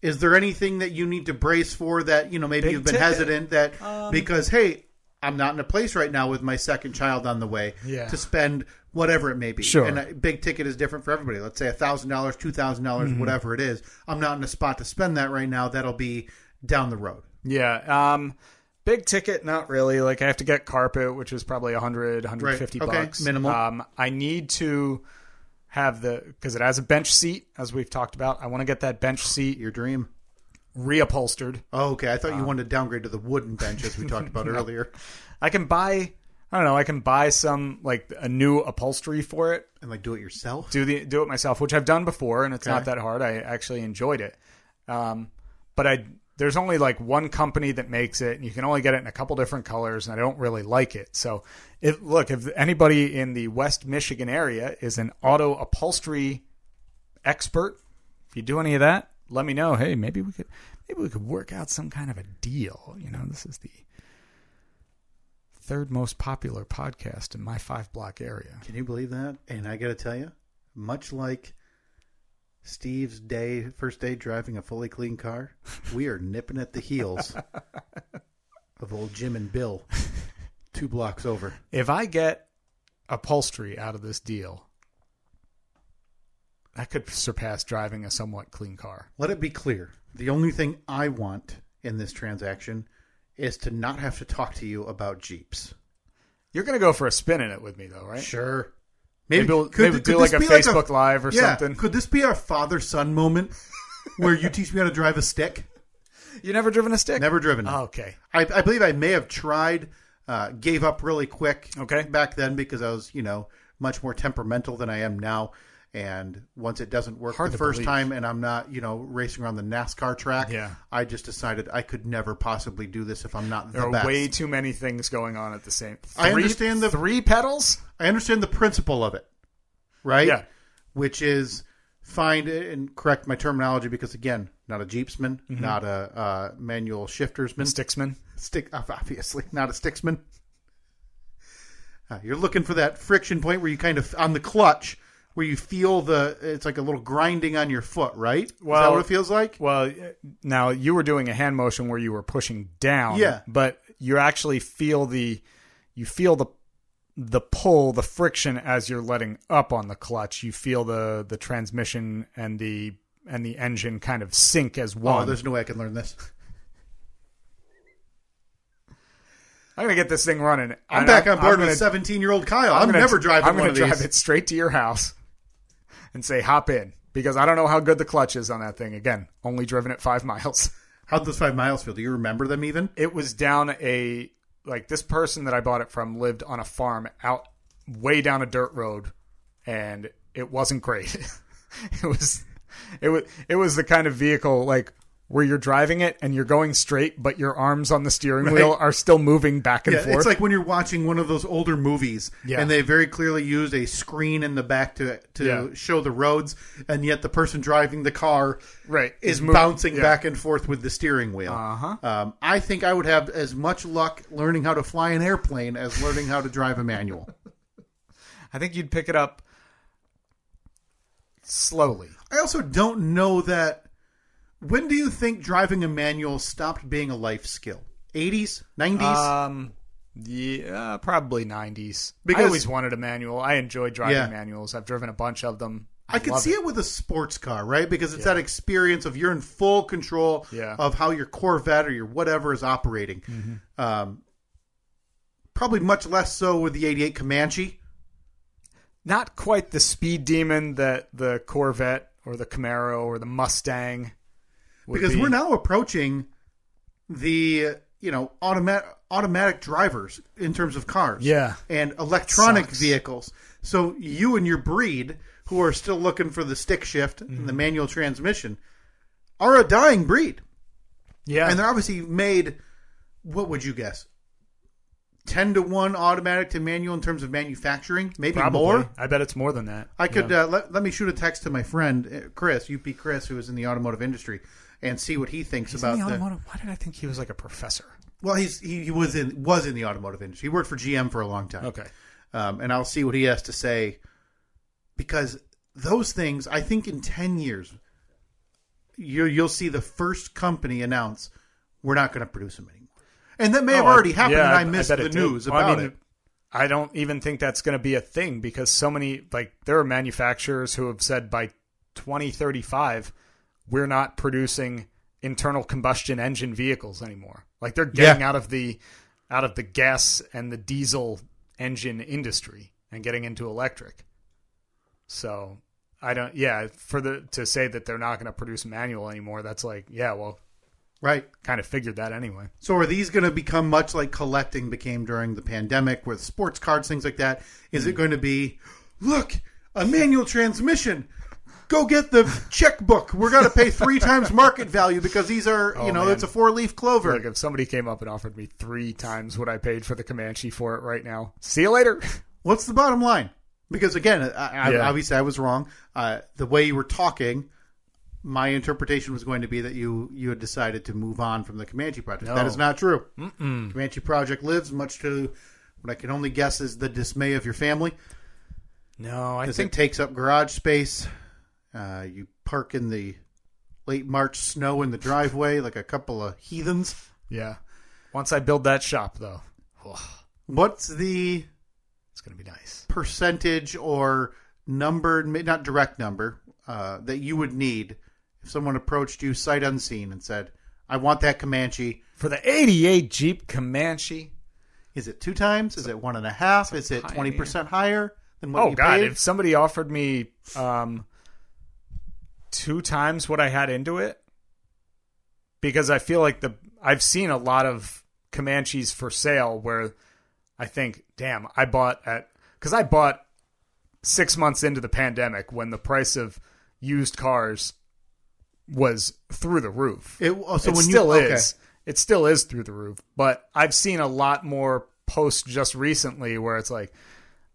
S2: Is there anything that you need to brace for that you know maybe
S3: Big
S2: you've been
S3: ticket. Um,
S2: hesitant that because hey I'm not in a place right now with my second child on the way
S3: Yeah.
S2: to spend whatever it may be.
S3: Sure.
S2: And a big ticket is different for everybody. Let's say a thousand dollars, two thousand dollars,
S3: Mm-hmm.
S2: whatever it is. I'm not in a spot to spend that right now. That'll be down the road.
S3: Yeah. Um, big ticket, not really. Like I have to get carpet, which is probably 100, 150
S2: Right. Okay.
S3: bucks.
S2: Minimal.
S3: Um, I need to have the, cause it has a bench seat as we've talked about. I want to get that bench seat
S2: Your dream.
S3: reupholstered.
S2: Oh, okay. I thought
S3: Uh.
S2: you wanted to downgrade to the wooden bench as we talked
S3: [LAUGHS]
S2: about earlier,
S3: I can buy, I don't know. I can buy some like a new upholstery for it.
S2: and like do it yourself.
S3: do the do it myself, which I've done before, and it's
S2: Okay.
S3: not that hard. I actually enjoyed it. Um, but I there's only like one company that makes it, and you can only get it in a couple different colors, and I don't really like it. So, if look, if anybody in the West Michigan area is an auto upholstery expert, if you do any of that, let me know. Hey, maybe we could maybe we could work out some kind of a deal. You know, this is the third most popular podcast in my five block area.
S2: Can you believe that? And I got to tell you, much like Steve's day, first day driving a fully clean car, we are nipping at the heels of old Jim and Bill, two blocks over.
S3: if I get upholstery out of this deal, that could surpass driving a somewhat clean car.
S2: Let it be clear the only thing I want in this transaction is to not have to talk to you about Jeeps.
S3: You're going to go for a spin in it with me, though, right?
S2: Sure.
S3: Maybe we'll- maybe do
S2: this
S3: like a
S2: be
S3: Facebook Live or
S2: Yeah,
S3: something.
S2: Could this be our father son moment where you teach me how to drive a
S3: [LAUGHS]
S2: stick?
S3: You never driven a stick?
S2: Never driven.
S3: Oh, okay.
S2: I, I believe I may have tried, uh, gave up really quick.
S3: Okay.
S2: Back then because I was, you know, much more temperamental than I am now, And once it doesn't work
S3: Hard
S2: the
S3: to
S2: first
S3: believe.
S2: time, and I'm not, you know, racing around the NASCAR track,
S3: Yeah.
S2: I just decided I could never possibly do this if I'm not
S3: There
S2: the
S3: are
S2: best.
S3: way too many things going on at the same. Three,
S2: I understand the-
S3: three pedals.
S2: I understand the principle of it, right?
S3: Yeah.
S2: Which is find and correct my terminology because again, not a jeepsman,
S3: Mm-hmm.
S2: not a uh, manual shiftersman,
S3: Sticksman.
S2: stick uh, obviously not a sticksman. Uh, you're looking for that friction point where you kind of on the clutch where you feel the it's like a little grinding on your foot, right? is that
S3: Well-
S2: what it feels like?
S3: Well, now you were doing a hand motion where you were pushing down.
S2: Yeah.
S3: But you actually feel the you feel the the pull, the friction as you're letting up on the clutch. You feel the the transmission and the and the engine kind of sink as
S2: Oh,
S3: one.
S2: there's no way I can learn this.
S3: I'm gonna get this thing running.
S2: I'm
S3: And
S2: back on board
S3: I'm gonna-
S2: with 17 year old Kyle. I'm,
S3: gonna-
S2: never driving
S3: I'm gonna
S2: one of
S3: drive
S2: these.
S3: it straight to your house and say hop in because I don't know how good the clutch is on that thing. Again, only driven at five miles.
S2: How'd those five miles feel? Do you remember them even?
S3: it was down a like this person that I bought it from lived on a farm out way down a dirt road, and it wasn't great. [LAUGHS] it was it was it was the kind of vehicle like where you're driving it and you're going straight, but your arms on the steering wheel are still moving back and
S2: Yeah,
S3: forth.
S2: it's like when you're watching one of those older movies,
S3: Yeah.
S2: and they very clearly used a screen in the back to to
S3: Yeah.
S2: show the roads, and yet the person driving the car
S3: Right,
S2: is
S3: is mov-
S2: bouncing
S3: yeah.
S2: back and forth with the steering wheel. Uh-huh. Um, I think I would have as much luck learning how to fly an airplane as learning how to drive a manual.
S3: I think you'd pick it up slowly.
S2: I also don't know that. When do you think driving a manual stopped being a life skill? 80s, 90s?
S3: Um, yeah, probably nineties.
S2: Because-
S3: I always wanted a manual. I enjoy driving
S2: Yeah.
S3: manuals. I've driven a bunch of them.
S2: I could
S3: love
S2: see it. with a sports car, right? Because it's that experience of you're in full control
S3: Yeah.
S2: of how your Corvette or your whatever is operating. Um, probably much less so with the 88 Comanche.
S3: not quite the speed demon that the Corvette or the Camaro or the Mustang. would
S2: Because
S3: be.
S2: we're now approaching the you know automatic automatic drivers in terms of cars,
S3: Yeah.
S2: and electronic
S3: Sucks.
S2: vehicles. So you and your breed, who are still looking for the stick shift and
S3: Mm-hmm.
S2: the manual transmission, are a dying breed.
S3: yeah,
S2: and they're obviously made what would you guess 10 to 1 automatic to manual in terms of manufacturing maybe
S3: probably.
S2: more
S3: I bet it's more than that.
S2: i could
S3: Yeah.
S2: uh, let, let me shoot a text to my friend uh, chris up chris who is in the automotive industry and see what he thinks
S3: He's in
S2: about
S3: the automotive- Why did I think he was like a professor?
S2: well he's he, he was in was in the automotive industry he worked for gm for a long time
S3: Okay,
S2: um, and I'll see what he has to say because those things, I think, in ten years, you you'll see the first company announce we're not going to produce them anymore, and that may have
S3: Oh, I-
S2: already happened,
S3: yeah,
S2: and I
S3: bet
S2: missed
S3: it
S2: the
S3: did.
S2: news
S3: Well, I
S2: about
S3: mean,
S2: it.
S3: I don't even think that's going to be a thing because so many like there are manufacturers who have said by 2035 we're not producing internal combustion engine vehicles anymore. Like they're getting
S2: Yeah.
S3: out of the out of the gas and the diesel engine industry and getting into electric. So I don't yeah, for the to say that they're not going to produce manual anymore, that's like, yeah, well,
S2: Right.
S3: kind of figured that anyway.
S2: So are these going to become much like collecting became during the pandemic with sports cards, things like that? Is
S3: Hmm.
S2: it going to be, look, a manual transmission? Go get the checkbook. We're going to pay three times market value because these are, you
S3: [LAUGHS] Oh,
S2: know,
S3: man.
S2: it's a four leaf clover.
S3: Like if somebody came up and offered me three times what I paid for the Comanche for it right now, see you later. [LAUGHS]
S2: What's the bottom line? Because again, I, I,
S3: Yeah.
S2: obviously I was wrong. Uh, the way you were talking, my interpretation was going to be that you you had decided to move on from the Comanche project. That is not true. mm Comanche project lives, much to what I can only guess is the dismay of your family,
S3: No, I
S2: as it takes up garage space. Uh, you park in the late March snow in the driveway like a couple of heathens.
S3: yeah. Once I build that shop, though,
S2: What's the
S3: it's gonna be nice.
S2: percentage or number, ma- not direct number, uh, that you would need if someone approached you sight unseen and said, I want that Comanche.
S3: For the '88 Jeep Comanche.
S2: Is it two times? Is it one and a half? Is it
S3: Pioneer.
S2: 20% higher than what
S3: Oh
S2: you
S3: God!
S2: paid?
S3: If somebody offered me um, two times what I had into it, because I feel like the I've seen a lot of Comanches for sale where I think, damn, I bought at because I bought six months into the pandemic when the price of used cars was through the roof.
S2: It, oh, so
S3: it
S2: when
S3: still
S2: you, okay.
S3: is. It still is through the roof. But I've seen a lot more posts just recently where it's like,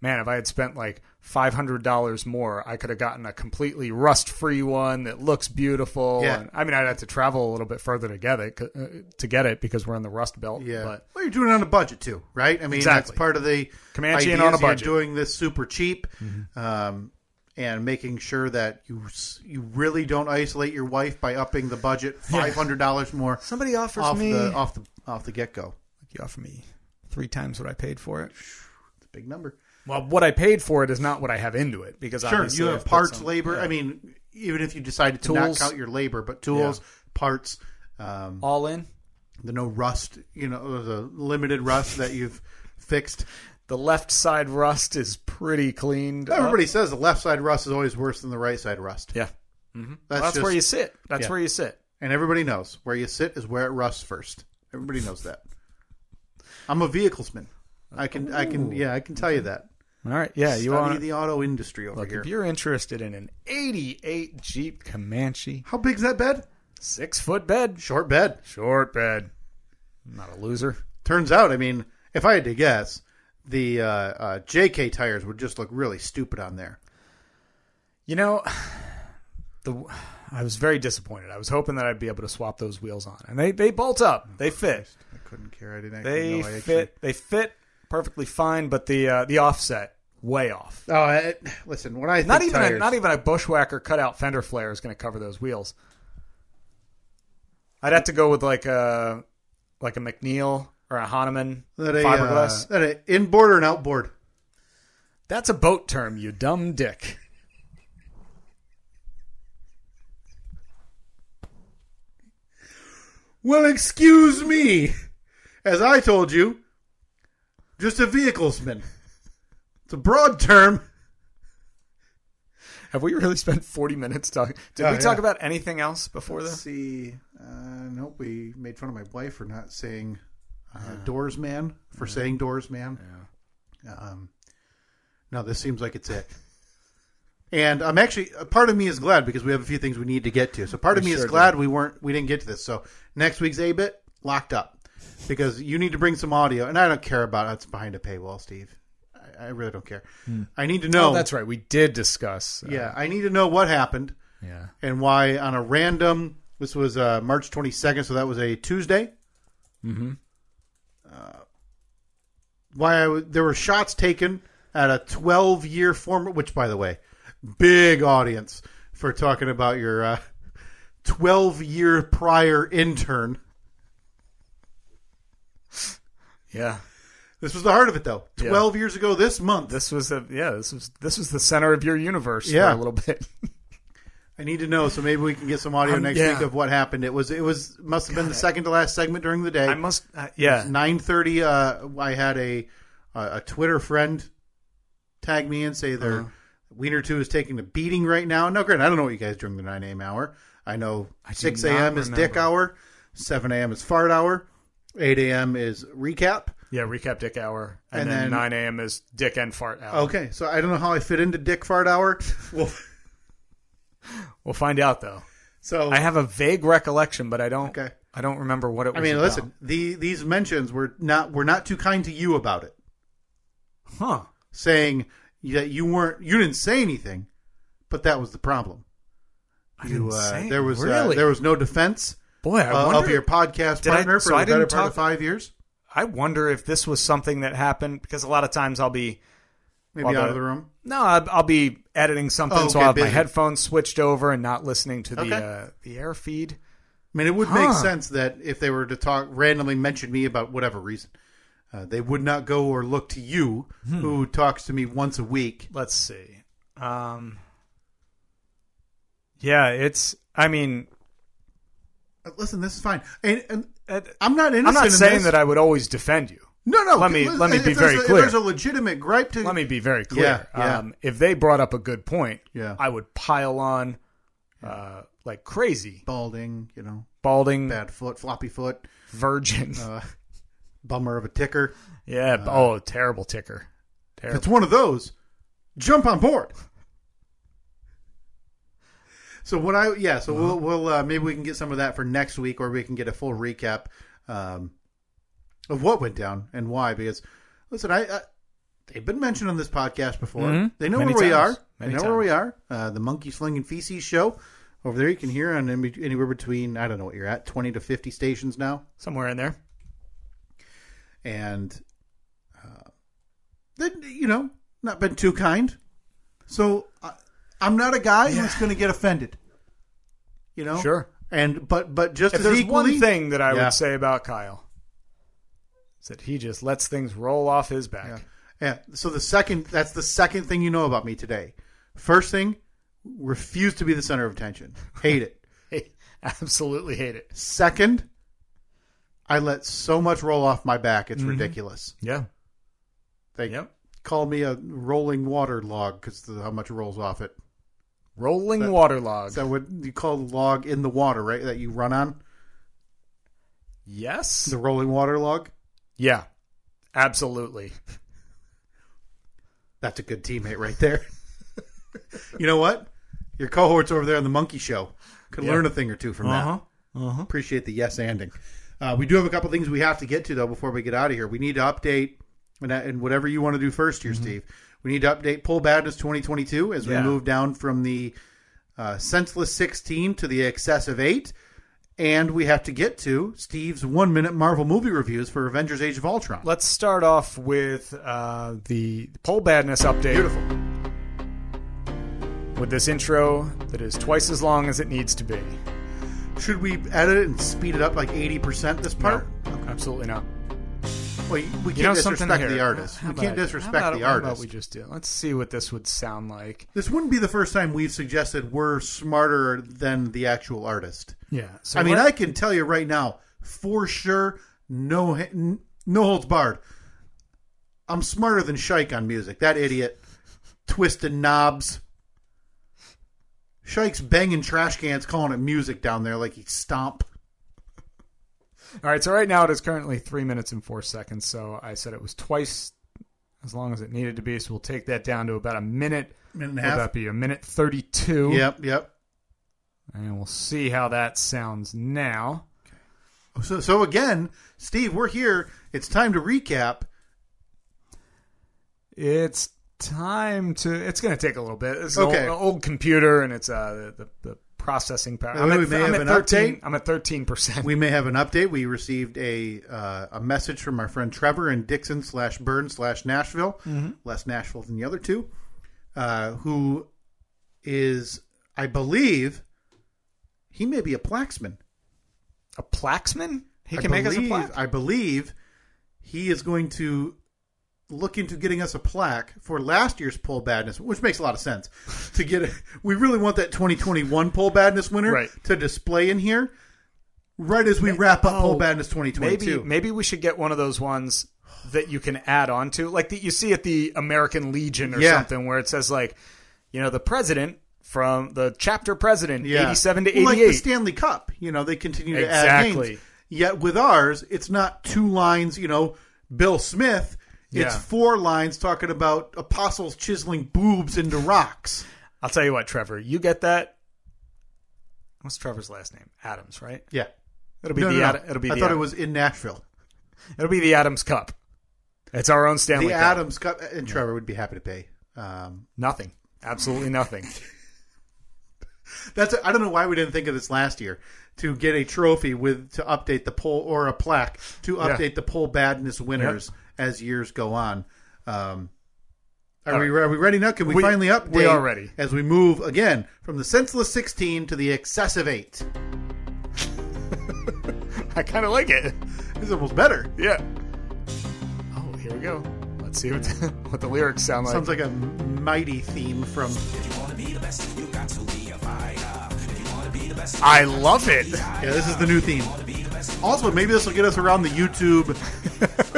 S3: man, if I had spent like five hundred dollars more, I could have gotten a completely rust free one that looks beautiful.
S2: Yeah.
S3: And, I mean, I'd have to travel a little bit further to get it uh, to get it because we're in the Rust Belt.
S2: Yeah.
S3: But
S2: well, you're doing it on a budget too, right? I mean, that's
S3: Exactly.
S2: part of the
S3: Comanche
S2: ideas.
S3: and on a
S2: You're
S3: budget. Mm-hmm.
S2: doing this super cheap, um, and making sure that you s- you really don't isolate your wife by upping the budget five hundred dollars more
S4: Somebody offers
S2: off
S4: me.
S2: the off the off the get go.
S4: you offer me three times what I paid for it.
S2: It's a big number.
S3: well, what I paid for it is not what I have into it because
S2: Sure,
S3: obviously
S2: you
S3: I've
S2: have
S3: put
S2: parts,
S3: some-
S2: labor. I mean, even if you decided to
S3: Tools.
S2: not count your labor, but tools, parts, um,
S3: all in.
S2: the no rust, you know, the limited rust that you've fixed.
S3: The left side rust is pretty cleaned. up.
S2: Everybody says the left side rust is always worse than the right side rust.
S3: yeah.
S2: That's,
S3: That's
S2: just-
S3: where you sit. That's
S2: Yeah.
S3: where you sit.
S2: And everybody knows where you sit is where it rusts first. Everybody knows that. I'm a vehiclesman. I can, I can, yeah, I can tell you that.
S3: All right. Yeah. You
S2: Study
S3: want
S2: the auto industry over
S3: look
S2: here.
S3: if you're interested in an '88 Jeep Comanche,
S2: How big's that bed?
S3: six foot bed,
S2: Short bed.
S3: short bed. I'm not a loser.
S2: Turns out, I mean, if I had to guess, the uh, uh, JK tires would just look really stupid on there.
S3: You know, the I was very disappointed. I was hoping that I'd be able to swap those wheels on, and they they bolt up. They fit.
S2: I couldn't care. I didn't actually
S3: They
S2: know. I actually-
S3: fit. They fit perfectly fine, but the uh, the offset way off.
S2: Oh, I, listen. When I
S3: Not
S2: think
S3: even a,
S2: tires-
S3: not even a bushwhacker cutout fender flare is going to cover those wheels. I'd have to go with like a like a McNeil or a Hahnemann
S2: that a,
S3: fiberglass.
S2: Uh, that a inboard or an outboard?
S3: That's a boat term, you dumb dick.
S2: Well, excuse me. As I told you, just a vehiclesman. It's a broad term.
S3: Have we really spent forty minutes talking? Did
S2: Oh,
S3: we talk
S2: yeah.
S3: about anything else before this?
S2: see. Uh, nope, we made fun of my wife for not saying uh, doors man, for saying doors man. Um, no, this seems like it's it. [LAUGHS] And I'm actually a part of me is glad because we have a few things we need to get to. So part of me is glad we weren't we didn't get to this. So next week's A bit locked up because you need to bring some audio, and I don't care about it's behind a paywall, Steve. I, I really don't care. I need to know.
S3: Oh, that's right. We did discuss. uh,
S2: yeah. I need to know what happened
S3: yeah.
S2: and why on a random this was uh, march 22nd so that was a tuesday mm-hmm. uh, why I w- there were shots taken at a 12 year former which by the way big audience for talking about your uh, 12 year prior intern
S3: Yeah.
S2: this was the heart of it though 12 years ago this month
S3: This was a yeah. This was this was the center of your universe
S2: Yeah.
S3: for a little bit.
S2: i need to know so maybe we can get some audio
S3: Um,
S2: next
S3: yeah.
S2: week of what happened it was it was must have been the second to last segment during the day
S3: I must. Uh, yeah.
S2: nine thirty. Uh, I had a a Twitter friend tag me and say
S3: Uh-huh.
S2: their wiener two is taking a beating right now. Now, granted, I don't know what you guys do during the nine a.m. hour. I know
S3: do
S2: six
S3: not
S2: a.m. is dick
S3: remember.
S2: hour, seven a.m. is fart hour, eight a.m. is recap.
S3: Yeah. Recap Dick Hour, and,
S2: And
S3: then,
S2: then- Oh.
S3: nine a.m. is Dick and Fart Hour.
S2: Okay, so I don't know how I fit into dick fart
S3: [LAUGHS]
S2: hour. Well,
S3: We'll find out though.
S2: so
S3: I have a vague recollection, but I don't.
S2: Okay.
S3: I don't remember what it was.
S2: I mean,
S3: about.
S2: listen, the these mentions were not were not too kind to you about it.
S3: Huh.
S2: saying that you weren't you didn't say anything, but that was the problem.
S3: I didn't say-
S2: there was uh,
S3: really?
S2: there was no defense
S3: Boy, I
S2: uh,
S3: wonder.
S2: of your podcast
S3: Did I-
S2: partner
S3: so
S2: for
S3: I
S2: the better
S3: didn't
S2: part
S3: talk-
S2: of five years.
S3: I wonder if this was something that happened because a lot of times I'll be
S2: Maybe
S3: Well,
S2: out
S3: the-
S2: of the room.
S3: No, I'll, I'll be editing something,
S2: Oh, okay,
S3: so I'll have my
S2: busy.
S3: headphones switched over and not listening to the
S2: Okay.
S3: uh, the air feed.
S2: I mean, it would make
S3: Huh.
S2: sense that if they were to talk randomly mention me about whatever reason, uh, they would not go or look to you,
S3: Hmm.
S2: who talks to me once a week.
S3: Let's see. Um, yeah, it's. I mean,
S2: Uh, Listen, this is fine, and, and
S3: it-
S2: I'm not innocent.
S3: I'm not
S2: in
S3: saying
S2: this.
S3: that I would always defend you.
S2: No, no.
S3: Let me-
S2: li-
S3: let me
S2: if
S3: be
S2: there's
S3: very
S2: a- if
S3: clear.
S2: There's a legitimate gripe to.
S3: Let me be very clear.
S2: Yeah, yeah.
S3: Um, if they brought up a good point,
S2: Yeah.
S3: I would pile on uh, like crazy.
S2: balding, you know,
S3: Balding,
S2: bad foot, floppy foot. [LAUGHS]
S3: virgin.
S2: uh, bummer of a ticker. Uh.
S3: yeah. oh, terrible ticker.
S2: If
S3: Terrible.
S2: it's one of those, jump on board. So what I yeah so we'll we'll uh, maybe we can get some of that for next week or we can get a full recap um, of what went down and why because listen I, I they've been mentioned on this podcast before
S4: Mhm.
S2: they know
S4: Many
S2: where we
S4: times.
S2: are
S4: Many
S2: they know where we are uh, the monkey slinging feces show over there you can hear on in bet- anywhere between I don't know what you're at twenty to fifty stations now
S3: somewhere in there.
S2: and uh, then you know not been too kind. So I, I'm not a guy who's going to get offended. You know,
S3: Sure.
S2: And but but just
S3: If
S2: as
S3: there's
S2: equally,
S3: one thing that I
S2: Yeah.
S3: would say about Kyle, it's that he just lets things roll off his back.
S2: Yeah. Yeah. So the second that's the second thing you know about me today. First thing, refuse to be the center of attention. Hate it.
S3: [LAUGHS] Hey, absolutely hate it.
S2: Second, I let so much roll off my back.
S3: Mm-hmm.
S2: It's ridiculous.
S3: Yeah.
S2: They
S3: Yep.
S2: call me a rolling water log because how much rolls off it.
S3: Rolling
S2: That-
S3: water log.
S2: So what you call the log in the water, right? That you run on
S3: yes.
S2: the rolling water log.
S3: yeah. Absolutely.
S2: That's a good teammate right there. [LAUGHS] you know what? Your cohorts over there on the Monkey Show could
S3: Yeah.
S2: learn a thing or two from that.
S3: Uh-huh.
S2: Appreciate the yes anding. Uh, we do have a couple things we have to get to though before we get out of here. We need to update and, and whatever you want to do first
S3: Mm-hmm.
S2: here, Steve. We need to update Pull Badness 2022 as
S4: Yeah.
S2: we move down from the uh, senseless 16 to the excessive eight, and we have to get to Steve's one minute Marvel movie reviews for Avengers: Age of Ultron.
S3: Let's start off with uh, the poll badness update.
S2: Beautiful.
S3: With this intro that is twice as long as it needs to be.
S2: Should we edit it and speed it up like 80% this part?
S3: Absolutely not.
S2: Well, you- we can't
S3: You know something
S2: disrespect
S3: here?
S2: the artist.
S3: How
S2: We can't
S3: about-
S2: disrespect
S3: how about-
S2: the
S3: how about
S2: artist.
S3: we just do. Let's see what this would sound like.
S2: This wouldn't be the first time we've suggested we're smarter than the actual artist.
S3: Yeah. So
S2: I mean,
S3: we're-
S2: I can tell you right now, for sure, no h- n- no holds barred. I'm smarter than Shike on music. That idiot twisting knobs. Shike's banging trash cans, calling it music down there like he stomp.
S3: all right. So right now it is currently three minutes and four seconds. So I said it was twice as long as it needed to be. So we'll take that down to about a minute.
S2: Minute and a
S3: Would
S2: half.
S3: that be a minute thirty-two?
S2: Yep, yep.
S3: And we'll see how that sounds now.
S2: So, so again, Steve, we're here. It's time to recap.
S3: It's time to. It's going to take a little bit. It's
S2: Okay.
S3: an old, an old computer, and it's uh, the, the, the processing power.
S2: By the way, we may have an update.
S3: I'm at thirteen percent.
S2: We may have an update. We received a uh, a message from our friend Trevor in Dixon slash Burn slash Nashville, less Nashville than the other two, uh, who is, I believe, he may be a Plaxman.
S3: A Plaxman? He
S2: I
S3: can make us a
S2: believe-
S3: plaque.
S2: I believe he is going to look into getting us a plaque for last year's poll badness, which makes a lot of sense. to get, a, we really want that 2021 poll badness winner
S3: Right.
S2: to display in here, right as we wrap up
S3: oh,
S2: poll badness
S3: Maybe
S2: 2022.
S3: maybe we should get one of those ones that you can add on to, like that you see at the American Legion or
S2: Yeah.
S3: something, where it says like, you know, the president from the chapter president,
S2: Yeah.
S3: eighty-seven to
S2: Well, like the
S3: eighty-eight.
S2: Stanley Cup. You know, they continue to add
S3: Exactly.
S2: names. Yet with ours, it's not two lines. You know, Bill Smith. It's
S3: Yeah.
S2: four lines talking about apostles chiseling boobs into rocks.
S3: I'll tell you what, Trevor, you get that. What's Trevor's last name? Adams, right?
S2: Yeah.
S3: It'll be
S2: No, no,
S3: the
S2: no.
S3: Ad- it'll be
S2: I
S3: the
S2: thought
S3: Ad-
S2: it was in Nashville.
S3: it'll be the Adams Cup. It's our own Stanley
S2: the
S3: Cup.
S2: Adams Cup uh, and Trevor would be happy to pay. Um,
S3: Nothing. Absolutely nothing. [LAUGHS]
S2: that's I don't know why we didn't think of this last year to get a trophy with to update the poll or a plaque to
S3: Yeah.
S2: update the poll badness winners as years go on. Um, are
S3: All
S2: we are we ready now? Can we,
S3: We-
S2: finally update?
S3: we are ready.
S2: as we move again from the senseless sixteen to the excessive eight.
S3: I kind of like it.
S2: This is almost better.
S3: Yeah. Oh, here we go. Let's see what [LAUGHS] the, what the lyrics sound like.
S2: Sounds like a mighty theme from
S3: I love it.
S2: Yeah, this is the new theme. Also, maybe this will get us around the YouTube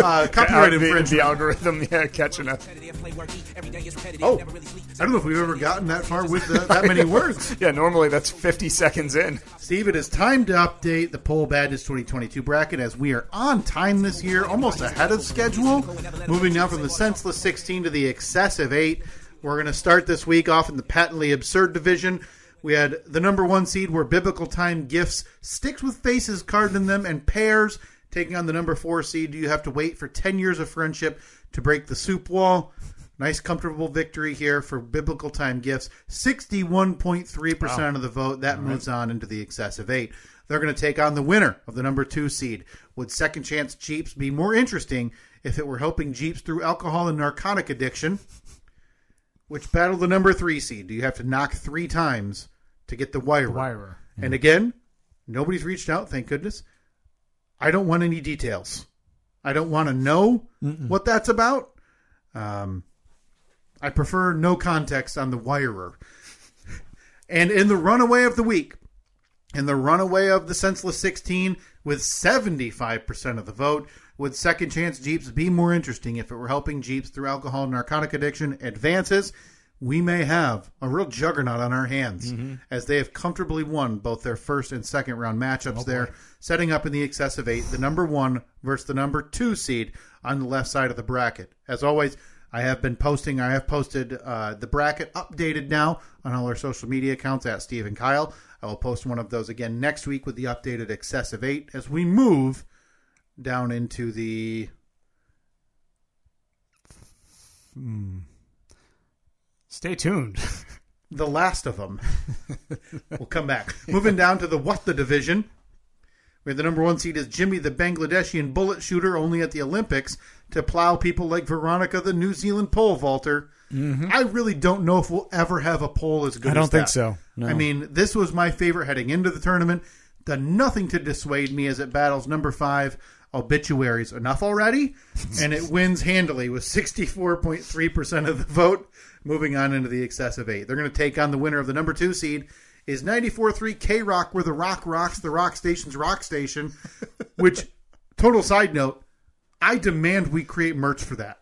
S2: uh, copyright
S3: [LAUGHS] the,
S2: infringement.
S3: the algorithm, [LAUGHS] yeah, catching up.
S2: Oh, I don't know if we've ever gotten that far with the, that many
S3: [LAUGHS]
S2: words.
S3: Yeah, normally that's 50 seconds in.
S2: Steve, it is time to update the Poll Badness 2022 bracket as we are on time this year, almost ahead of schedule. Moving now from the senseless 16 to the excessive 8. We're going to start this week off in the patently absurd division. We had the number one seed were Biblical Time Gifts, sticks with faces carved in them, and pears. Taking on the number four seed, you have to wait for 10 years of friendship to break the soup wall. Nice, comfortable victory here for Biblical Time Gifts. 61.3% of the vote. That moves on into the excessive eight. They're going to take on the winner of the number two seed. Would second chance Jeeps be more interesting if it were helping Jeeps through alcohol and narcotic addiction? which battled the number three seed. Do you have to knock three times to get the wire?
S3: Wirer.
S2: And again, nobody's reached out. Thank goodness. I don't want any details. I don't want to know what that's about. Um, I prefer no context on the wirer. [LAUGHS] And in the runaway of the week, in the runaway of the senseless 16 with 75% of the vote. Would second chance Jeeps be more interesting if it were helping Jeeps through alcohol and narcotic addiction advances? We may have a real juggernaut on our hands as they have comfortably won both their first and second round matchups there, setting up in the excessive eight the number one versus the number two seed on the left side of the bracket. As always, I have been posting. I have posted uh, the bracket updated now on all our social media accounts at Steve and Kyle. I will post one of those again next week with the updated excessive eight as we move down into the [LAUGHS]
S3: Stay tuned.
S2: the last
S5: [LAUGHS]
S2: of them. we'll come back. Moving down to the what the division, where the number one seed is Jimmy the Bangladeshi bullet shooter, only at the Olympics to plow people like Veronica the New Zealand pole vaulter. I really don't know if we'll ever have a pole as good.
S5: Mm-hmm. I don't
S2: as
S5: think
S2: that.
S5: so, no.
S2: I mean, this was my favorite heading into the tournament. Done nothing to dissuade me as it battles number five obituaries enough already, and it wins handily with 64.3% of the vote. Moving on into the excessive eight, they're going to take on the winner of the number two seed. Is 94.3 K Rock where the rock rocks the rock station's rock station? Which, total side note, I demand we create merch for that.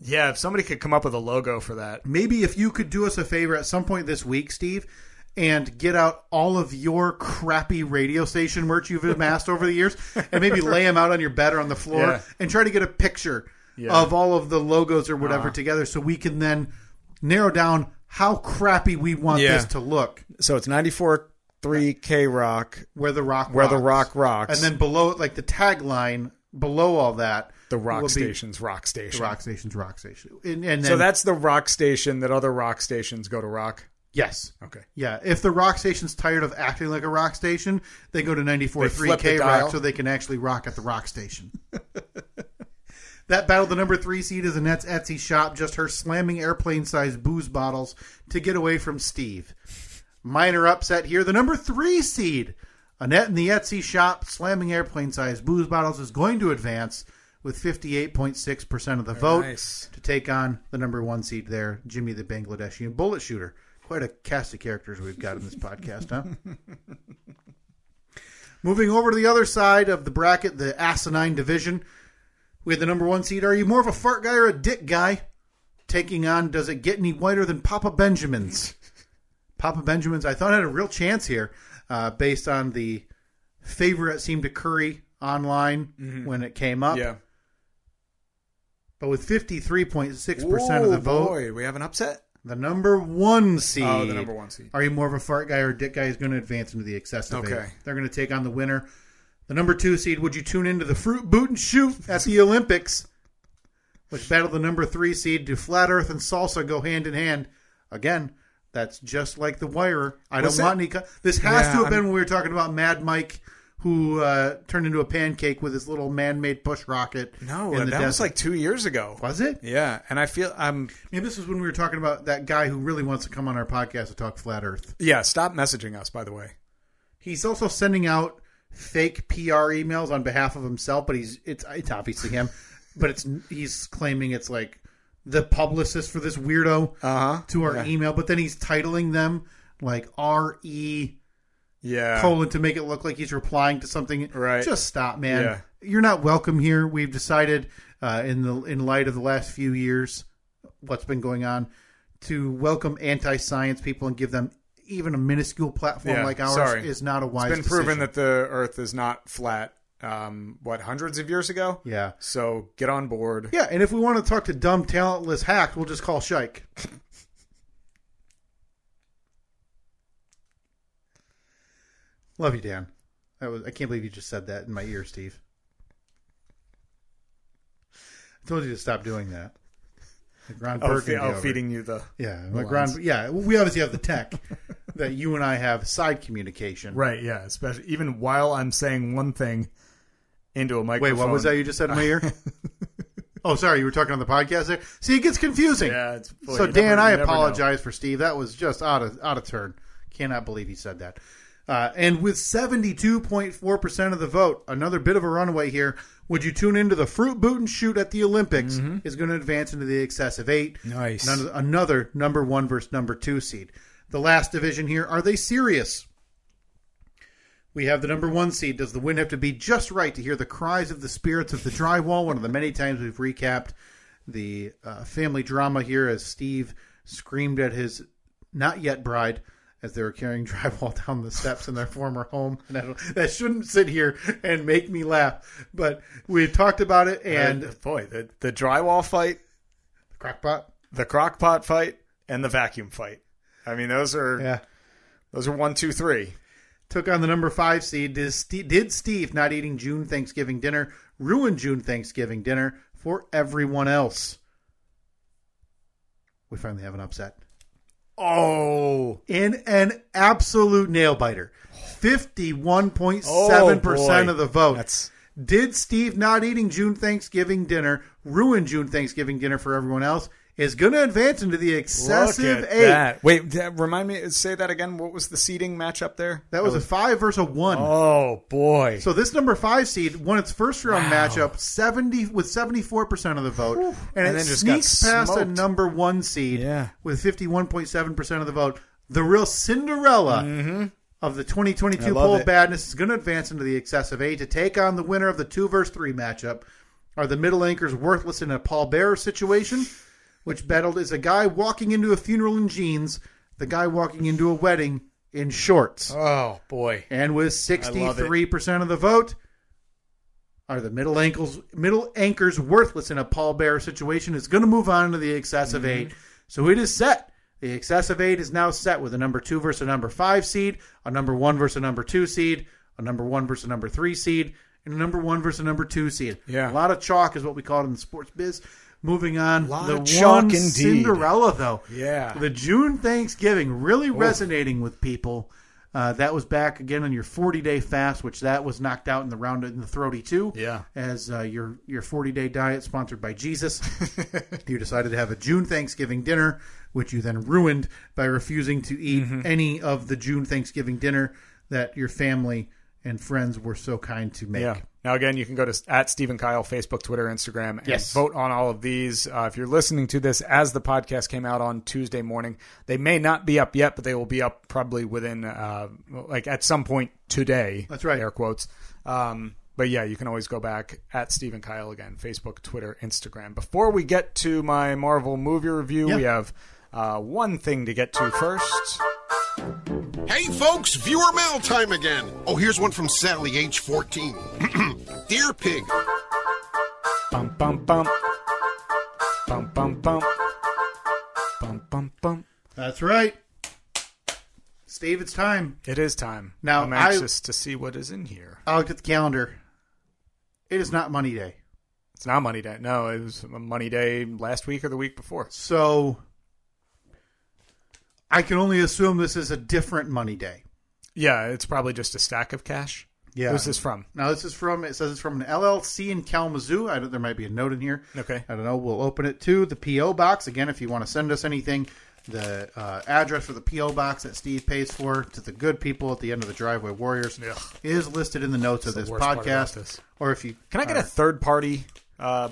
S3: Yeah, if somebody could come up with a logo for that.
S2: maybe if you could do us a favor at some point this week, Steve, and get out all of your crappy radio station merch you've amassed over the years, and maybe lay them out on your bed or on the floor,
S3: Yeah.
S2: and try to get a picture
S3: Yeah. Ah.
S2: of all of the logos or whatever together, so we can then narrow down how crappy we want
S5: Yeah.
S2: this to look.
S5: So it's 94 3 K Rock,
S2: Where the rock,
S5: where the
S2: rocks.
S5: rock rocks.
S2: and then below it, like the tagline below all that,
S3: The rock
S2: will be
S3: station's rock station.
S2: rock stations, rock station, and, and then,
S3: So that's the rock station that other rock stations go to rock.
S2: yes,
S3: Okay.
S2: Yeah, if the rock station's tired of acting like a rock station, they go to
S3: They
S2: 94.3
S3: flip the
S2: K
S3: dial.
S2: Rock so they can actually rock at the rock station. [LAUGHS] that battle, the number three seed is Annette's Etsy shop, just her slamming airplane sized booze bottles to get away from Steve. Minor upset here. The number three seed, Annette in the Etsy shop, slamming airplane sized booze bottles, is going to advance with 58.6% of the vote
S3: nice.
S2: to take on the number one seed there, Jimmy the Bangladeshi bullet shooter. Quite a cast of characters we've got in this podcast, huh? Moving over to the other side of the bracket, the asinine division, we had the number one seed. Are you more of a fart guy or a dick guy? Taking on, does it get any whiter than Papa Benjamin's? Papa Benjamin's, I thought had a real chance here, uh, based on the favor it seemed to curry online when it came up.
S3: Yeah.
S2: But with fifty three point six percent of the
S4: Oh,
S2: vote,
S4: Boy, we have an upset.
S2: the number one seed.
S3: Oh, the number one seed.
S2: Are you more of a fart guy or a dick guy? Is going to advance into the excessive.
S3: Okay.
S2: eight. They're going to take on the winner. The number two seed. Would you tune into the fruit boot and shoot at the Olympics? Which battled the number three seed. Do flat Earth and salsa go hand in hand? Again, that's just like the Wirer. I
S4: Was
S2: don't
S4: it-
S2: want any. Co- this has
S4: Yeah,
S2: to have
S4: I'm-
S2: been when we were talking about Mad Mike, who uh, turned into a pancake with his little man-made push rocket.
S4: No,
S2: in
S3: uh,
S4: that
S2: the
S4: was
S2: desert.
S4: like two years ago.
S2: Was it?
S4: Yeah, and I feel I'm.
S2: Maybe this is when we were talking about that guy who really wants to come on our podcast to talk flat Earth.
S4: Yeah, stop messaging us. By the way,
S2: He's also sending out fake PR emails on behalf of himself, but he's it's it's obviously him, [LAUGHS] but it's he's claiming it's like the publicist for this weirdo
S3: Uh-huh.
S4: uh huh.
S2: to our email, but then he's titling them like R E
S4: Yeah,
S2: colon to make it look like he's replying to something.
S4: Uh, Right.
S2: Just stop, man.
S4: Yeah.
S2: You're not welcome here. We've decided, uh, in the in light of the last few years, what's been going on, to welcome anti-science people and give them even a minuscule platform
S4: Yeah,
S2: like ours
S4: sorry.
S2: is not a wise.
S4: it's been proven
S2: decision.
S4: that the Earth is not flat.
S3: um, what hundreds of years ago.
S2: Yeah.
S3: So get on board.
S2: Yeah, and if we want to talk to dumb, talentless hack, we'll just call Shike. Love you, Dan. That was I can't believe you just said that in my ear, Steve. I told you to stop doing that. Like Ron
S3: Oh,
S2: Burgundy
S3: fe- oh,
S2: over.
S3: feeding you the
S2: Yeah, like Ron, yeah. Well, we obviously have the tech that you and I have side communication.
S6: Right, yeah. Especially even while I'm saying one thing into a
S2: Wait,
S6: microphone.
S2: what was that you just said in my ear? oh, sorry, you were talking on the podcast there. See, it gets confusing.
S6: Yeah, it's, boy,
S2: so
S6: you
S2: Dan,
S6: never-
S2: I
S6: you never know.
S2: apologize for Steve. That was just out of out of turn. Cannot believe he said that. Uh, and with seventy two point four percent of the vote, another bit of a runaway here. Would you tune into the fruit boot and shoot at the Olympics?
S6: Mm-hmm.
S2: Is going to advance into the excessive eight.
S3: Nice.
S2: None- another number one versus number two seed. The last division here. Are they serious? We have the number one seed. Does the win have to be just right to hear the cries of the spirits of the drywall? One of the many times we've recapped the uh, family drama here as Steve screamed at his not yet bride as they were carrying [LAUGHS] drywall down the steps in their former home. And I don't, that shouldn't sit here and make me laugh, but we've talked about it and
S3: and Uh, boy the the drywall fight,
S2: crackpot.
S3: the crock pot fight, and the vacuum fight. I mean, those are
S2: Yeah.
S3: those are one, two, three.
S2: took on the number five seed. Did Steve, did Steve not eating June Thanksgiving dinner ruin June Thanksgiving dinner for everyone else? We finally have an upset.
S3: Oh,
S2: In an absolute nail biter. 51.7%
S3: Oh, boy.
S2: of the vote.
S3: That's-
S2: Did Steve not eating June Thanksgiving dinner ruin June Thanksgiving dinner for everyone else? Is going to advance into the excessive
S3: look at
S2: eight.
S3: that. Wait, th- remind me. Say that again. What was the seeding matchup there?
S2: That was a five versus a one.
S3: Oh boy.
S2: So this number five seed won its first round matchup seventy with seventy four percent of the vote, and,
S3: And
S2: it
S3: then just got
S2: sneaks past a
S3: smoked.
S2: number one seed
S3: Yeah.
S2: with fifty one point seven percent of the vote. The real Cinderella of the twenty twenty
S3: Mm-hmm. I
S2: two
S3: love
S2: poll
S3: it.
S2: badness is going to advance into the excessive eight to take on the winner of the two versus three matchup. Are the middle anchors worthless in a pallbearer situation? Which battled is a guy walking into a funeral in jeans, the guy walking into a wedding in shorts.
S3: oh boy.
S2: And with
S3: love it.
S2: 63% of the vote, are the middle ankles middle anchors worthless in a pallbearer situation? It's going to move on to the excessive
S3: Mm-hmm.
S2: eight. So it is set. The excessive eight is now set with a number two versus a number five seed, a number one versus a number two seed, a number one versus a number three seed, and a number one versus a number two seed.
S3: Yeah.
S2: a lot of chalk is what we call it in the sports biz. Moving on,
S3: Lot
S2: the
S3: of chalk
S2: one
S3: indeed.
S2: Cinderella though,
S3: Yeah.
S2: the June Thanksgiving really
S3: Oh.
S2: resonating with people. Uh, that was back again on your 40 day fast, which that was knocked out in the round in the throaty two.
S3: Yeah.
S2: as uh, your your 40 day diet sponsored by
S3: [LAUGHS]
S2: Jesus, you decided to have a June Thanksgiving dinner, which you then ruined by refusing to eat
S3: Mm-hmm.
S2: any of the June Thanksgiving dinner that your family and friends were so kind to make.
S3: Yeah. Now again, you can go to s- at Stephen Kyle Facebook, Twitter, Instagram, and
S2: Yes.
S3: vote on all of these. Uh, if you're listening to this as the podcast came out on Tuesday morning, they may not be up yet, but they will be up probably within uh, like at some point today.
S2: That's right.
S3: Air quotes. Um, but yeah, you can always go back at Stephen Kyle again, Facebook, Twitter, Instagram. Before we get to my Marvel movie review,
S2: Yeah.
S3: we have uh, one thing to get to first.
S7: Hey folks, viewer mail time again. Oh, here's one from Sally, age 14. [CLEARS THROAT] Dear Pig,
S3: Bum bum bum. Bum bum bum. Bum bum bum.
S2: that's right. Steve, it's time.
S3: It is time.
S2: Now,
S3: I'm
S2: I-
S3: anxious to see what is in here.
S2: I looked at the calendar. It is not Money Day.
S3: It's not Money Day. No, it was Money Day last week or the week before.
S2: So I can only assume this is a different money day.
S3: Yeah, it's probably just a stack of cash.
S2: Yeah.
S3: Who's this from?
S2: Now this is from it says it's from an LLC in Kalamazoo. I don't, there might be a note in here.
S3: Okay.
S2: I don't know. We'll open it to the PO box again if you want to send us anything. The uh, address for the PO box that Steve pays for to the good people at the end of the driveway warriors
S3: Ugh.
S2: is listed in the notes of
S3: the
S2: this
S3: worst part about
S2: podcast.
S3: this.
S2: Or if you uh,
S3: Can I get a third party, uh,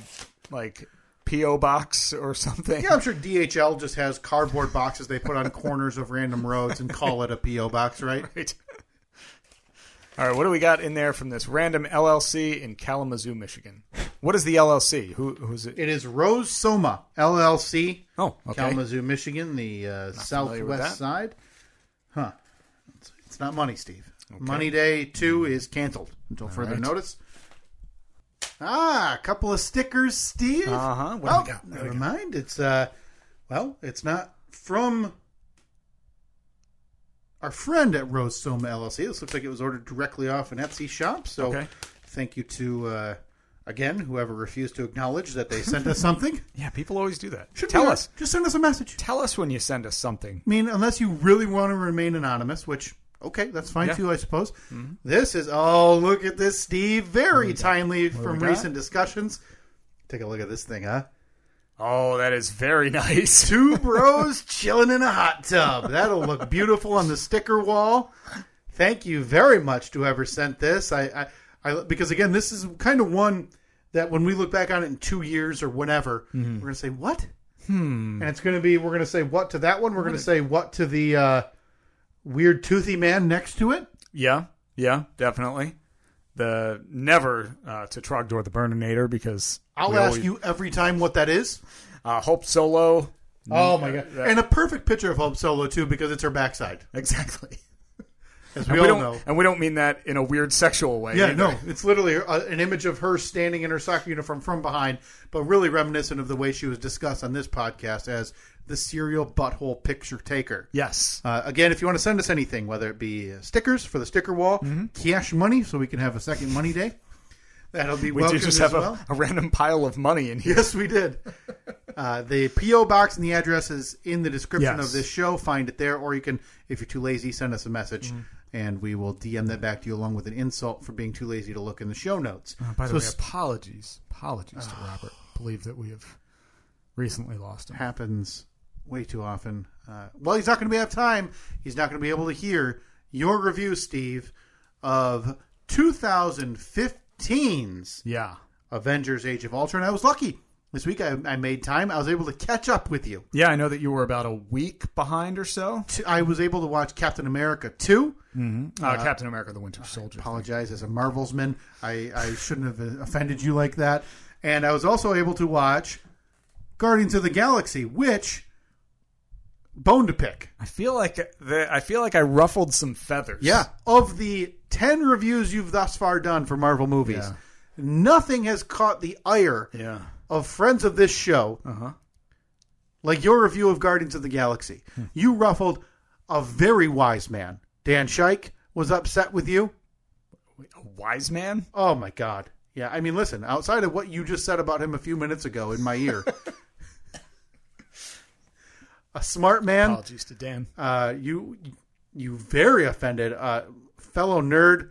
S3: like PO box or something? [LAUGHS]
S2: Yeah, I'm sure DHL just has cardboard boxes they put on corners of random roads and call it a PO box,
S3: [LAUGHS]
S2: right?
S3: Right. All right, what do we got in there from this random LLC in Kalamazoo, Michigan? What is the LLC? Who who's it?
S2: It is Rose Soma LLC,
S3: Oh, okay.
S2: Kalamazoo, Michigan, the uh,
S3: familiar with
S2: southwest
S3: that.
S2: side. Huh? It's, it's not money, Steve. Money Day Two is canceled until further notice. Ah, a couple of stickers, Steve.
S3: Uh-huh. What do
S2: Oh,
S3: we got? What do
S2: never mind. It's uh, well, it's not from our friend at Rose Soma LLC. This looks like it was ordered directly off an Etsy shop. So,
S3: Okay.
S2: thank you to uh, again whoever refused to acknowledge that they
S3: [LAUGHS]
S2: sent us something.
S3: Yeah, people always do that.
S2: Should
S3: tell
S2: we-
S3: us.
S2: Just send us a message.
S3: Tell us when you send us something.
S2: I mean, unless you really want to remain anonymous, which okay, that's fine
S3: Yeah. Mm-hmm.
S2: too, I suppose. This is oh, look at this, Steve. Very timely from
S3: got?
S2: recent discussions. Take a look at this thing, huh?
S3: Oh, that is very [LAUGHS] nice.
S2: Two bros chilling in a hot tub. That'll look beautiful on the sticker wall. Thank you very much to whoever sent this. I, I, I because again, this is kind of one that when we look back on it in two years or whenever,
S3: Mm-hmm.
S2: we're gonna say what? Hmm. And it's gonna be we're gonna say what to that one. We're gonna say what to the uh, weird toothy man next to it.
S3: Yeah, yeah, definitely. The never uh, to Trogdor the Burninator because
S2: I'll
S3: we
S2: ask
S3: always-
S2: you every time what that is.
S3: Uh, Hope Solo. [LAUGHS]
S2: Oh my god! And a perfect picture of Hope Solo too, because it's her backside,
S3: Exactly.
S2: as
S3: And
S2: we, all
S3: we don't,
S2: know.
S3: and we don't mean that in a weird sexual way.
S2: Yeah,
S3: either.
S2: no, it's literally uh an image of her standing in her soccer uniform from behind, but really reminiscent of the way she was discussed on this podcast as the serial butthole picture taker.
S3: Yes.
S2: Uh, again, if you want to send us anything, whether it be uh, stickers for the sticker wall,
S3: Mm-hmm.
S2: cash money, so we can have a second money day, that'll be
S3: We do
S2: welcome
S3: just
S2: as
S3: have
S2: well.
S3: a, a random pile of money in here.
S2: [LAUGHS] Yes, we did. Uh, the PO box and the address is in the description
S3: Yes.
S2: of this show. Find it there, or you can, if you're too lazy, send us a message,
S3: Mm-hmm.
S2: and we will DM that back to you along with an insult for being too lazy to look in the show notes.
S3: Oh, By the
S2: So
S3: way,
S2: s- Ah.
S3: apologies. Apologies to Robert. Believe that we have recently lost him.
S2: happens way too often. Uh, well, he's not going to be have time. He's not going to be able to hear your review, Steve, of 2015's
S3: Yeah.
S2: Avengers: Age of Ultron. I was lucky this week. I, I made time. I was able to catch up with you.
S3: Yeah, I know that you were about a week behind or so.
S2: t- I was able to watch Captain America 2.
S3: Uh, Captain America the Winter Soldier.
S2: Apologize as a Marvelsman. I, I shouldn't have [LAUGHS] offended you like that. And I was also able to watch Guardians of the Galaxy, which bone to pick.
S3: I feel like the, I feel like I ruffled some feathers.
S2: Of the 10 reviews you've thus far done for Marvel movies,
S3: Yeah.
S2: nothing has caught the ire
S3: Yeah.
S2: of friends of this show,
S3: Uh-huh.
S2: like your review of Guardians of the Galaxy. You ruffled a very wise man. Dan Shike was upset with you.
S3: A wise man?
S2: Oh my god. Yeah, I mean, listen. Outside of what you just said about him a few minutes ago in my ear, [LAUGHS] a smart man.
S3: Apologies to Dan.
S2: Uh, you, you very offended uh, fellow nerd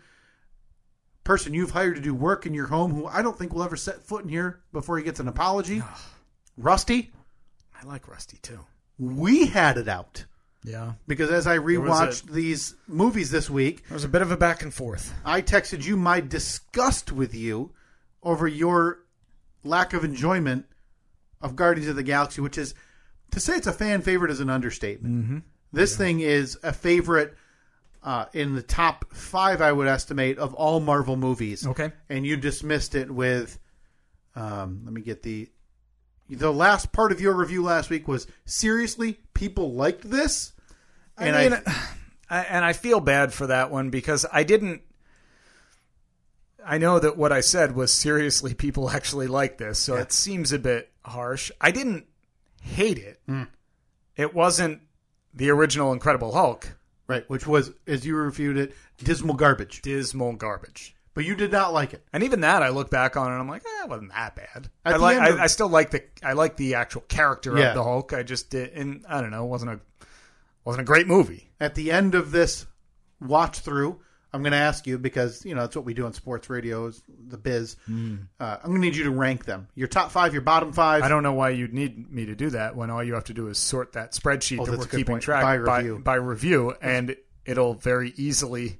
S2: person you've hired to do work in your home, who I don't think will ever set foot in here before he gets an
S3: [SIGHS]
S2: apology. Rusty,
S3: I like Rusty too.
S2: we had it out
S3: Yeah.
S2: because as I
S3: was
S2: rewatched
S3: a-
S2: these movies this week,
S3: There was a bit of a back and forth.
S2: I texted you my disgust with you over your lack of enjoyment of Guardians of the Galaxy, which is to say it's a fan favorite is an understatement.
S3: Mm-hmm.
S2: This thing is a favorite uh, in the top five, I would estimate, of all Marvel movies.
S3: Okay.
S2: and you dismissed it with, um, let me get the the last part of your review last week was seriously people liked this, and
S3: I mean, I, and I feel bad for that one because I didn't. I know that what I said was seriously, people actually like this, so it seems a bit harsh. I didn't hate it. It wasn't the original Incredible Hulk.
S2: right, which was as you reviewed it, dismal garbage.
S3: Dismal garbage.
S2: But you did not like it.
S3: And even that, I look back on and I'm like, eh, it wasn't that bad.
S2: At
S3: I
S2: the
S3: like,
S2: end of-
S3: I, I still like the, I like the actual character
S2: Yeah.
S3: of the Hulk. I just did, and I don't know, it wasn't a, wasn't a great movie.
S2: at the end of this watch through, I'm going to ask you because you know that's what we do on sports radio, is the biz. Uh, I'm going to need you to rank them: your top five, your bottom five.
S3: Hmm. I don't know why you'd need me to do that when all you have to do is sort that spreadsheet
S2: Oh,
S3: that
S2: that's
S3: we're
S2: a good
S3: keeping
S2: point.
S3: track
S2: By review.
S3: by review, and it'll very easily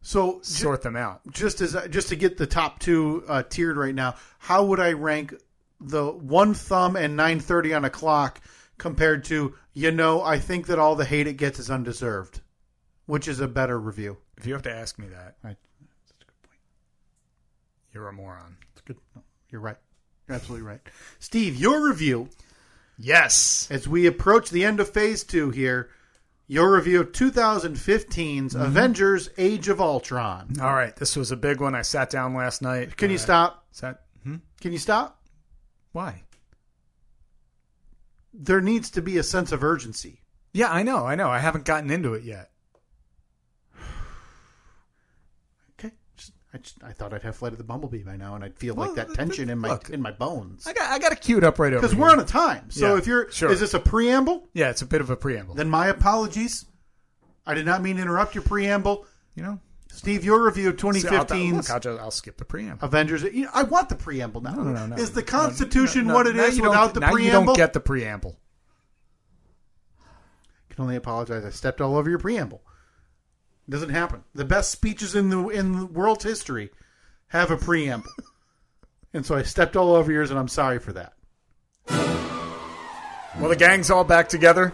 S2: so j-
S3: sort them out.
S2: just as just to get the top two uh, tiered right now, how would I rank the one thumb and 9:30 on a clock compared to you know I think that all the hate it gets is undeserved, which is a better review.
S3: If you have to ask me that,
S2: Right.
S3: you're a moron.
S2: That's good. No, you're right. You're absolutely right, Steve. Your review.
S3: Yes.
S2: as we approach the end of phase two here, your review of 2015's
S3: Mm-hmm.
S2: Avengers Age of Ultron.
S3: All right. This was a big one. I sat down last night.
S2: Can you
S3: uh,
S2: stop?
S3: Sat,
S2: Can you stop?
S3: Why?
S2: There needs to be a sense of urgency.
S3: Yeah, I know, I know. I haven't gotten into it yet.
S2: Okay. Just, I, just, I thought I'd have Flight of the Bumblebee by now, and I'd feel
S3: Well,
S2: like that
S3: th-
S2: tension in my
S3: look.
S2: in my bones.
S3: I got I got to cue it up right over.
S2: Because
S3: here.
S2: we're on a time. So
S3: Yeah,
S2: if you're,
S3: sure.
S2: is this a preamble?
S3: yeah, it's a bit of a preamble.
S2: Then my apologies. I did not mean to interrupt your preamble.
S3: you know,
S2: Steve, your review of
S3: See, I'll-
S2: 2015
S3: look, I'll, just, I'll skip the preamble.
S2: Avengers. you know, I want the preamble now.
S3: No, no, no,
S2: Is the
S3: no,
S2: Constitution
S3: no,
S2: what it
S3: now
S2: is
S3: you don't-
S2: without the
S3: now You
S2: preamble?
S3: don't get the preamble.
S2: I can only apologize. I stepped all over your preamble. It doesn't happen. The best speeches in the in world's history have a
S3: [LAUGHS]
S2: preamble, and so I stepped all over yours, and I'm sorry for that.
S3: Well, the gang's all back together.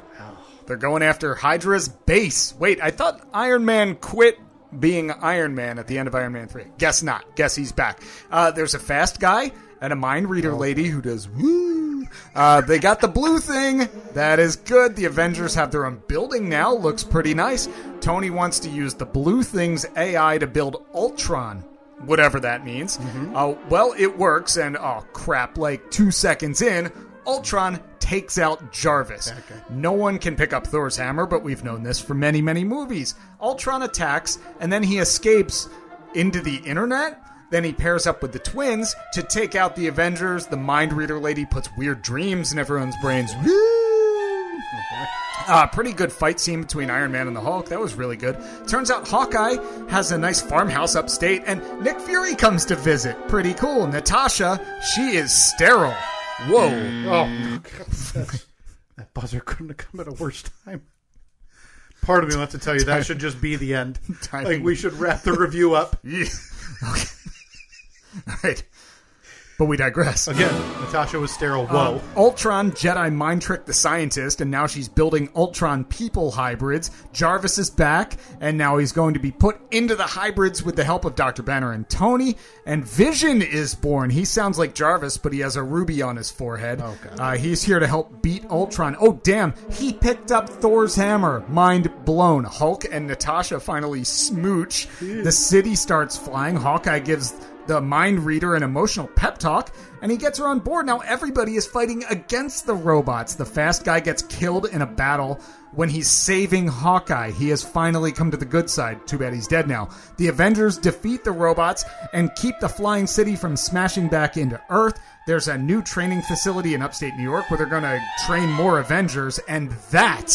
S3: They're going after Hydra's base. Wait, I thought Iron Man quit being Iron Man at the end of Iron Man 3. Guess not. Guess he's back. Uh, there's a fast guy and a mind reader lady who does woo. Uh, they got the blue thing. That is good. The Avengers have their own building now. Looks pretty nice. Tony wants to use the blue thing's AI to build Ultron whatever that means. Uh, well, it works, and oh crap! Like two seconds in, Ultron takes out Jarvis. No one can pick up Thor's hammer, but we've known this for many, many movies. Ultron attacks, and then he escapes into the internet. Then he pairs up with the twins to take out the Avengers. The Mind Reader lady puts weird dreams in everyone's brains. Woo! Uh, pretty good fight scene between Iron Man and the Hulk. That was really good. Turns out Hawkeye has a nice farmhouse upstate, and Nick Fury comes to visit. Pretty cool. Natasha, she is sterile. Whoa.
S2: Oh, that buzzer couldn't have come at a worse time. Part of me wants to tell you that should just be the
S3: [LAUGHS]
S2: end.
S3: Timing.
S2: Like we should wrap the review
S3: [LAUGHS]
S2: up.
S3: Yeah. Okay. All right. But we digress.
S2: Again, Natasha was sterile. Whoa.
S3: Um, Ultron Jedi mind tricked the scientist, and now she's building Ultron people hybrids. Jarvis is back, and now he's going to be put into the hybrids with the help of Dr. Banner and Tony. And Vision is born. He sounds like Jarvis, but he has a ruby on his forehead. Uh, he's here to help beat Ultron. Oh, damn. He picked up Thor's hammer. Mind blown. Hulk and Natasha finally smooch. The city starts flying. Hawkeye gives the mind reader an emotional pep talk, and he gets her on board. Now everybody is fighting against the robots. The fast guy gets killed in a battle when he's saving Hawkeye. He has finally come to the good side. Too bad he's dead now. The Avengers defeat the robots and keep the flying city from smashing back into Earth. There's a new training facility in upstate New York where they're going to train more Avengers, and that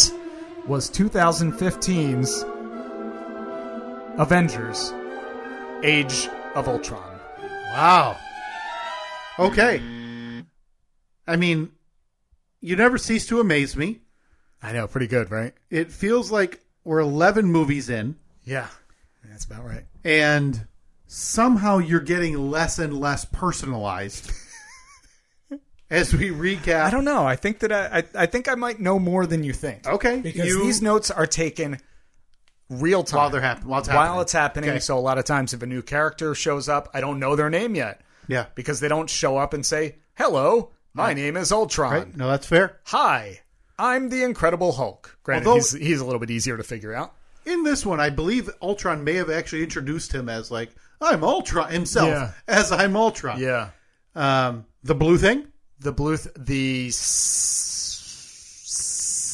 S3: was 2015's Avengers Age of Ultron.
S2: Wow. Okay. I mean, you never cease to amaze me.
S3: I know, pretty good, right?
S2: It feels like we're 11 movies in,
S3: Yeah, that's about right.
S2: and somehow you're getting less and less [LAUGHS] personalized as we recap.
S3: I don't know. I think that I, I, I think I might know more than you think.
S2: Okay,
S3: because
S2: you-
S3: these notes are taken real time
S2: While they're hap- while it's happening.
S3: While it's happening.
S2: Okay.
S3: So a lot of times, if a new character shows up, I don't know their name yet
S2: Yeah.
S3: because they don't show up and say, "Hello, my name is Ultron.
S2: Right? No, that's fair.
S3: Hi, I'm the Incredible Hulk." Granted,
S2: Although-
S3: he's he's a little bit easier to figure out.
S2: In this one, I believe Ultron may have actually introduced him as like I'm Ultron himself
S3: Yeah.
S2: as I'm Ultron.
S3: Yeah,
S2: Um, the blue thing.
S3: the blue, th- the s-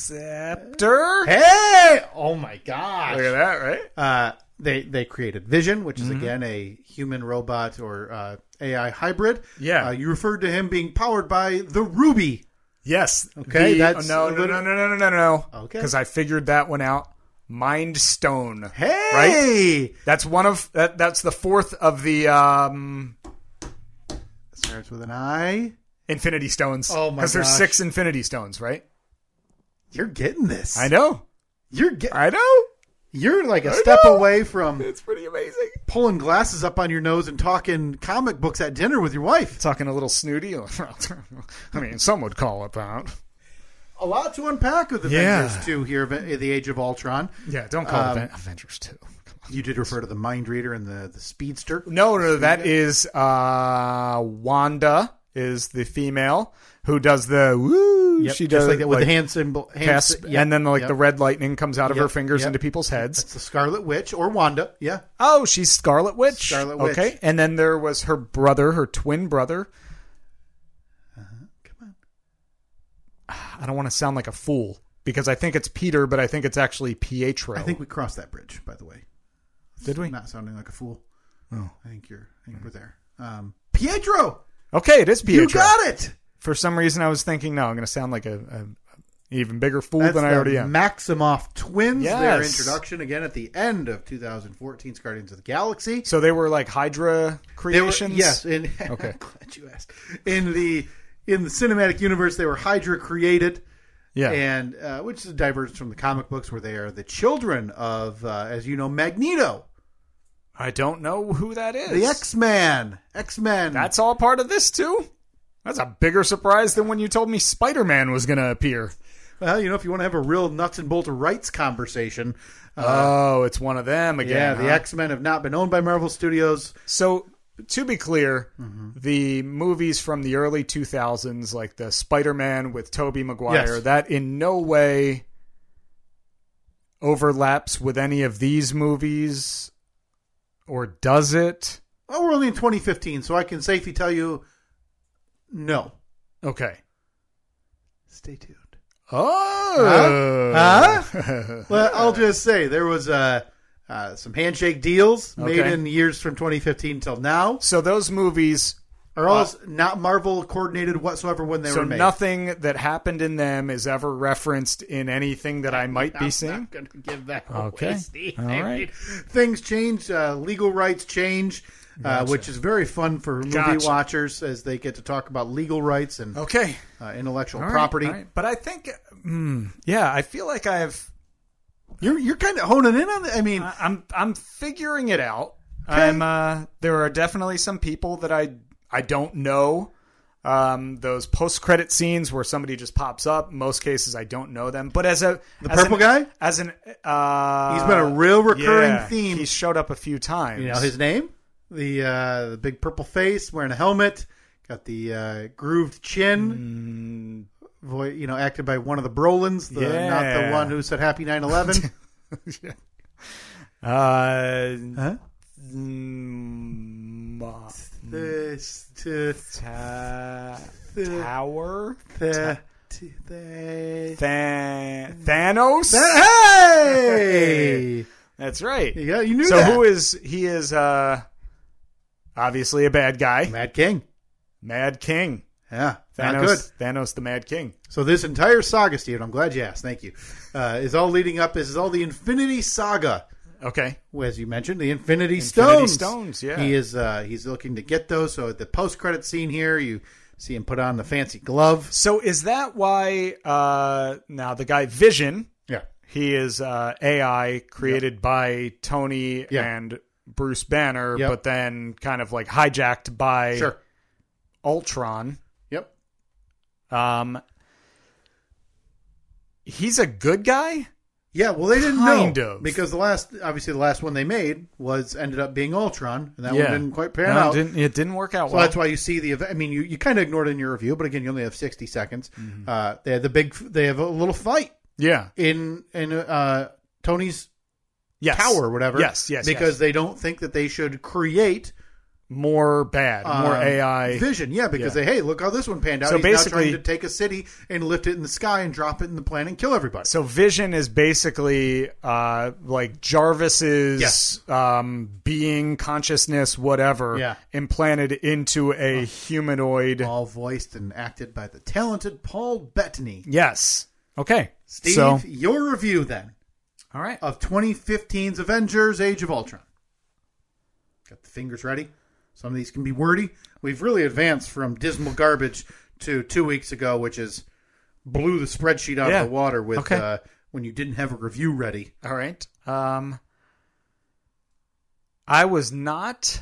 S3: scepter.
S2: Hey! Oh my gosh!
S3: Look at that, right?
S2: Uh, they they created Vision, which
S3: Mm-hmm.
S2: is again a human robot or uh, AI hybrid.
S3: Yeah.
S2: uh, you referred to him being powered by the Ruby.
S3: Yes.
S2: Okay,
S3: The-
S2: that's
S3: no,
S2: a
S3: no,
S2: little-
S3: no, no, no, no, no, no.
S2: Okay.
S3: Because I figured that one out. Mind Stone. Right.
S2: Hey,
S3: That's one of that. That's the fourth of the um,
S2: starts with an I.
S3: Infinity Stones.
S2: Oh my
S3: Because there's
S2: gosh.
S3: six Infinity Stones, right?
S2: You're getting this.
S3: I know.
S2: You're get,
S3: I know.
S2: You're like a
S3: I
S2: step
S3: know.
S2: away from
S3: It's pretty amazing.
S2: pulling glasses up on your nose and talking comic books at dinner with your wife.
S3: Talking a little snooty. I mean, some would call it that.
S2: A lot to unpack with
S3: Yeah.
S2: Avengers two here, Aven- the Age of Ultron.
S3: Yeah. Don't call
S2: Um,
S3: it Aven- Avengers Two.
S2: You did refer to the Mind Reader and the the Speedster.
S3: No, no, that is uh, Wanda is the female who does the woo.
S2: Yep,
S3: she
S2: just
S3: does
S2: like that with the hand symbol. Hand
S3: Casp,
S2: sy- yep,
S3: and then like
S2: yep.
S3: the red lightning comes out of her
S2: Yep,
S3: fingers
S2: yep.
S3: into people's heads.
S2: [LAUGHS] It's the Scarlet Witch or Wanda. Yeah.
S3: Oh, she's Scarlet Witch.
S2: Scarlet Witch.
S3: Okay, and then there was her brother, her twin brother,
S2: Uh-huh.
S3: Ah, I don't want to sound like a fool because I think it's Peter, but I think it's actually Pietro.
S2: I think we crossed that bridge, by the way.
S3: Did we?
S2: Not sounding like a fool. Oh. I think you're I think we're there. Um, Pietro!
S3: Okay, it is Pietro.
S2: You got it!
S3: For some reason, I was thinking, no, I'm going to sound like a, a an even bigger fool
S2: That's
S3: than I
S2: the
S3: already am.
S2: Maximoff twins, their
S3: Yes.
S2: introduction again at the end of 2014's Guardians of the Galaxy.
S3: so they were like Hydra
S2: They were-
S3: creations.
S2: yes, in, [LAUGHS]
S3: Okay.
S2: I'm glad you asked. In the in the cinematic universe, they were Hydra created,
S3: yeah.
S2: and uh, which is diverged from the comic books, where they are the children of, uh, as you know, Magneto,
S3: I don't know who that is.
S2: the X Man, X Man.
S3: That's all part of this too. That's a bigger surprise than when you told me Spider Man was going to appear.
S2: well, you know, if you want to have a real nuts and bolts of rights conversation,
S3: oh, it's one of them again.
S2: Uh, yeah, the
S3: huh?
S2: X Men have not been owned by Marvel Studios.
S3: So to be clear,
S2: Mm-hmm.
S3: the movies from the early 2000s, like the Spider-Man with Tobey Maguire,
S2: Yes.
S3: that in no way overlaps with any of these movies, or does it?
S2: Well, we're only in 2015, so I can safely tell you, no.
S3: Okay.
S2: Stay tuned.
S3: Oh,
S2: Huh? Well, I'll just say there was uh, uh, some handshake deals made
S3: Okay.
S2: in years from 2015 till now.
S3: [LAUGHS] so those movies
S2: Are all not Marvel coordinated whatsoever when they
S3: Uh, so
S2: were made.
S3: nothing that happened in them is ever referenced in anything that I might be seeing.
S2: going to give that
S3: Okay. All
S2: I mean,
S3: right.
S2: Things change. Uh, legal rights change, uh, which is very fun for movie
S3: Gotcha.
S2: watchers as they get to talk about legal rights and
S3: Okay.
S2: uh, intellectual
S3: Oh. All right,
S2: property.
S3: all right. But I think, mm, yeah, I feel like I've
S2: You're you're kind of honing in on. The, I mean,
S3: I- I'm I'm figuring it out. I'm uh there are definitely some people that I I don't know. Um those post credit scenes where somebody just pops up, most cases I don't know them. But as a
S2: The
S3: as an-
S2: purple guy?
S3: as an uh
S2: he's been a real recurring
S3: yeah,
S2: theme.
S3: He showed up a few times.
S2: You know his name, the uh, the big purple face, wearing a helmet, got the uh, grooved chin. Voi you know, acted by one of the Brolins, the, not
S3: Mm. Yeah.
S2: the one who said "Happy
S3: [LAUGHS]
S2: 9/11."
S3: uh
S2: huh?
S3: mm, uh,
S2: This, to,
S3: ta-
S2: the-
S3: Tower
S2: the, to, the-
S3: Tha- Thanos.
S2: Hey,
S3: [LAUGHS] That's right.
S2: yeah, you knew
S3: so
S2: that.
S3: who is he is uh obviously a bad guy
S2: Mad King?
S3: mad king
S2: Yeah, not good.
S3: thanos thanos the mad king
S2: So this entire saga, Steven, I'm glad you asked. Thank you. Uh, is all leading up. This is all the Infinity Saga.
S3: okay
S2: Well, as you mentioned, the Infinity,
S3: Infinity
S2: Stones.
S3: Stones, yeah.
S2: he is. Uh, he's looking to get those. So at the post-credit scene here, you see him put on the fancy glove.
S3: so is that why uh now the guy vision
S2: Yeah,
S3: he is uh ai created by tony
S2: Yeah.
S3: and bruce banner
S2: Yep.
S3: but then kind of like hijacked by
S2: sure.
S3: ultron
S2: Yep.
S3: um he's a good guy
S2: Yeah. Well, they didn't
S3: Kind
S2: know
S3: of.
S2: because the last, obviously, the last one they made was ended up being Ultron, and that one didn't quite pan
S3: No,
S2: out.
S3: it didn't, it didn't work out
S2: So
S3: well
S2: that's why you see the. ev- I mean, you, you kind of ignored it in your review, but again, you only have sixty seconds.
S3: Mm-hmm.
S2: Uh, they had the big. They have a little fight
S3: yeah
S2: in in uh, Tony's
S3: yes.
S2: tower or whatever.
S3: Yes, yes,
S2: Because
S3: yes.
S2: they don't think that they should create
S3: more bad, more
S2: um,
S3: AI.
S2: vision. Yeah, because
S3: Yeah.
S2: they hey, look how this one panned out.
S3: So
S2: He's basically,
S3: basically-
S2: now trying to take a city and lift it in the sky and drop it in the planet and kill everybody.
S3: So Vision is basically uh, like Jarvis's
S2: Yes.
S3: um, being, consciousness, whatever,
S2: Yeah.
S3: implanted into a humanoid.
S2: all voiced and acted by the talented Paul Bettany.
S3: Yes. Okay.
S2: Steve,
S3: So
S2: your review then
S3: all right.
S2: of 2015's Avengers: Age of Ultron. Got the fingers ready. Some of these can be wordy. We've really advanced from dismal garbage to two weeks ago, which is blew the spreadsheet out
S3: Yeah.
S2: of the water with
S3: Okay.
S2: uh, when you didn't have a review ready.
S3: All right. Um, I was not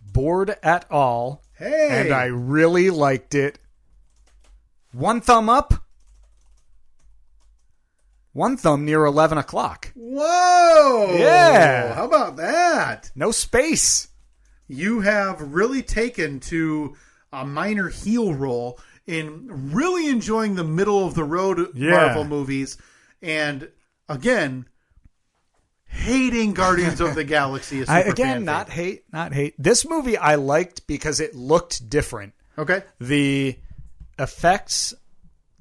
S3: bored at all,
S2: Hey,
S3: and I really liked it. One thumb up. One thumb near eleven o'clock.
S2: Whoa!
S3: Yeah.
S2: How about that?
S3: No space.
S2: You have really taken to a minor heel role in really enjoying the middle of the road
S3: Yeah.
S2: Marvel movies, and again, hating Guardians
S3: [LAUGHS]
S2: of the Galaxy. Is
S3: I, again, not hate, not hate. This movie I liked because it looked different.
S2: okay.
S3: The effects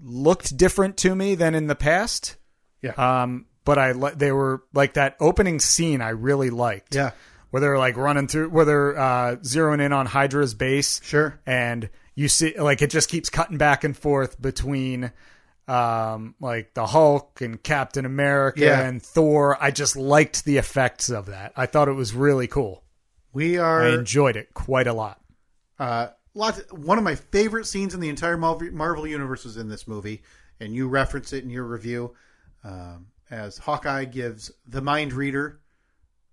S3: looked different to me than in the past.
S2: Yeah.
S3: Um, but I li- they were like that opening scene. I really liked.
S2: Yeah.
S3: Where they're like running through, where they're uh, zeroing in on Hydra's base.
S2: Sure.
S3: And you see, like, it just keeps cutting back and forth between, um, like the Hulk and Captain America
S2: Yeah.
S3: and Thor. I just liked the effects of that. I thought it was really cool.
S2: We
S3: I
S2: are
S3: enjoyed it quite a lot.
S2: uh, lots, one of my favorite scenes in the entire Marvel, Marvel universe is in this movie, and you reference it in your review um, as Hawkeye gives the Mind Reader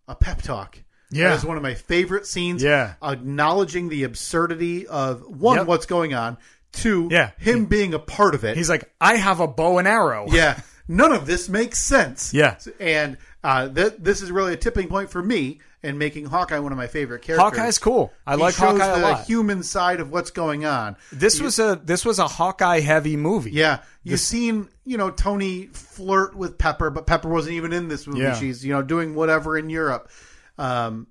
S2: a pep talk.
S3: Yeah.
S2: that is one of my favorite scenes.
S3: Yeah.
S2: acknowledging the absurdity of one,
S3: Yep.
S2: what's going on. Two,
S3: Yeah.
S2: him being a part of it.
S3: He's like, I have a bow and arrow.
S2: [LAUGHS] yeah none of this makes sense
S3: Yeah.
S2: and uh, th- this is really a tipping point for me in making hawkeye one of my favorite characters
S3: Hawkeye's cool. I
S2: He
S3: like
S2: shows
S3: Hawkeye a
S2: the
S3: lot.
S2: human side of what's going on
S3: This was a this was a Hawkeye heavy movie.
S2: yeah you've seen you know tony flirt with pepper but pepper wasn't even in this movie
S3: Yeah.
S2: she's you know doing whatever in europe um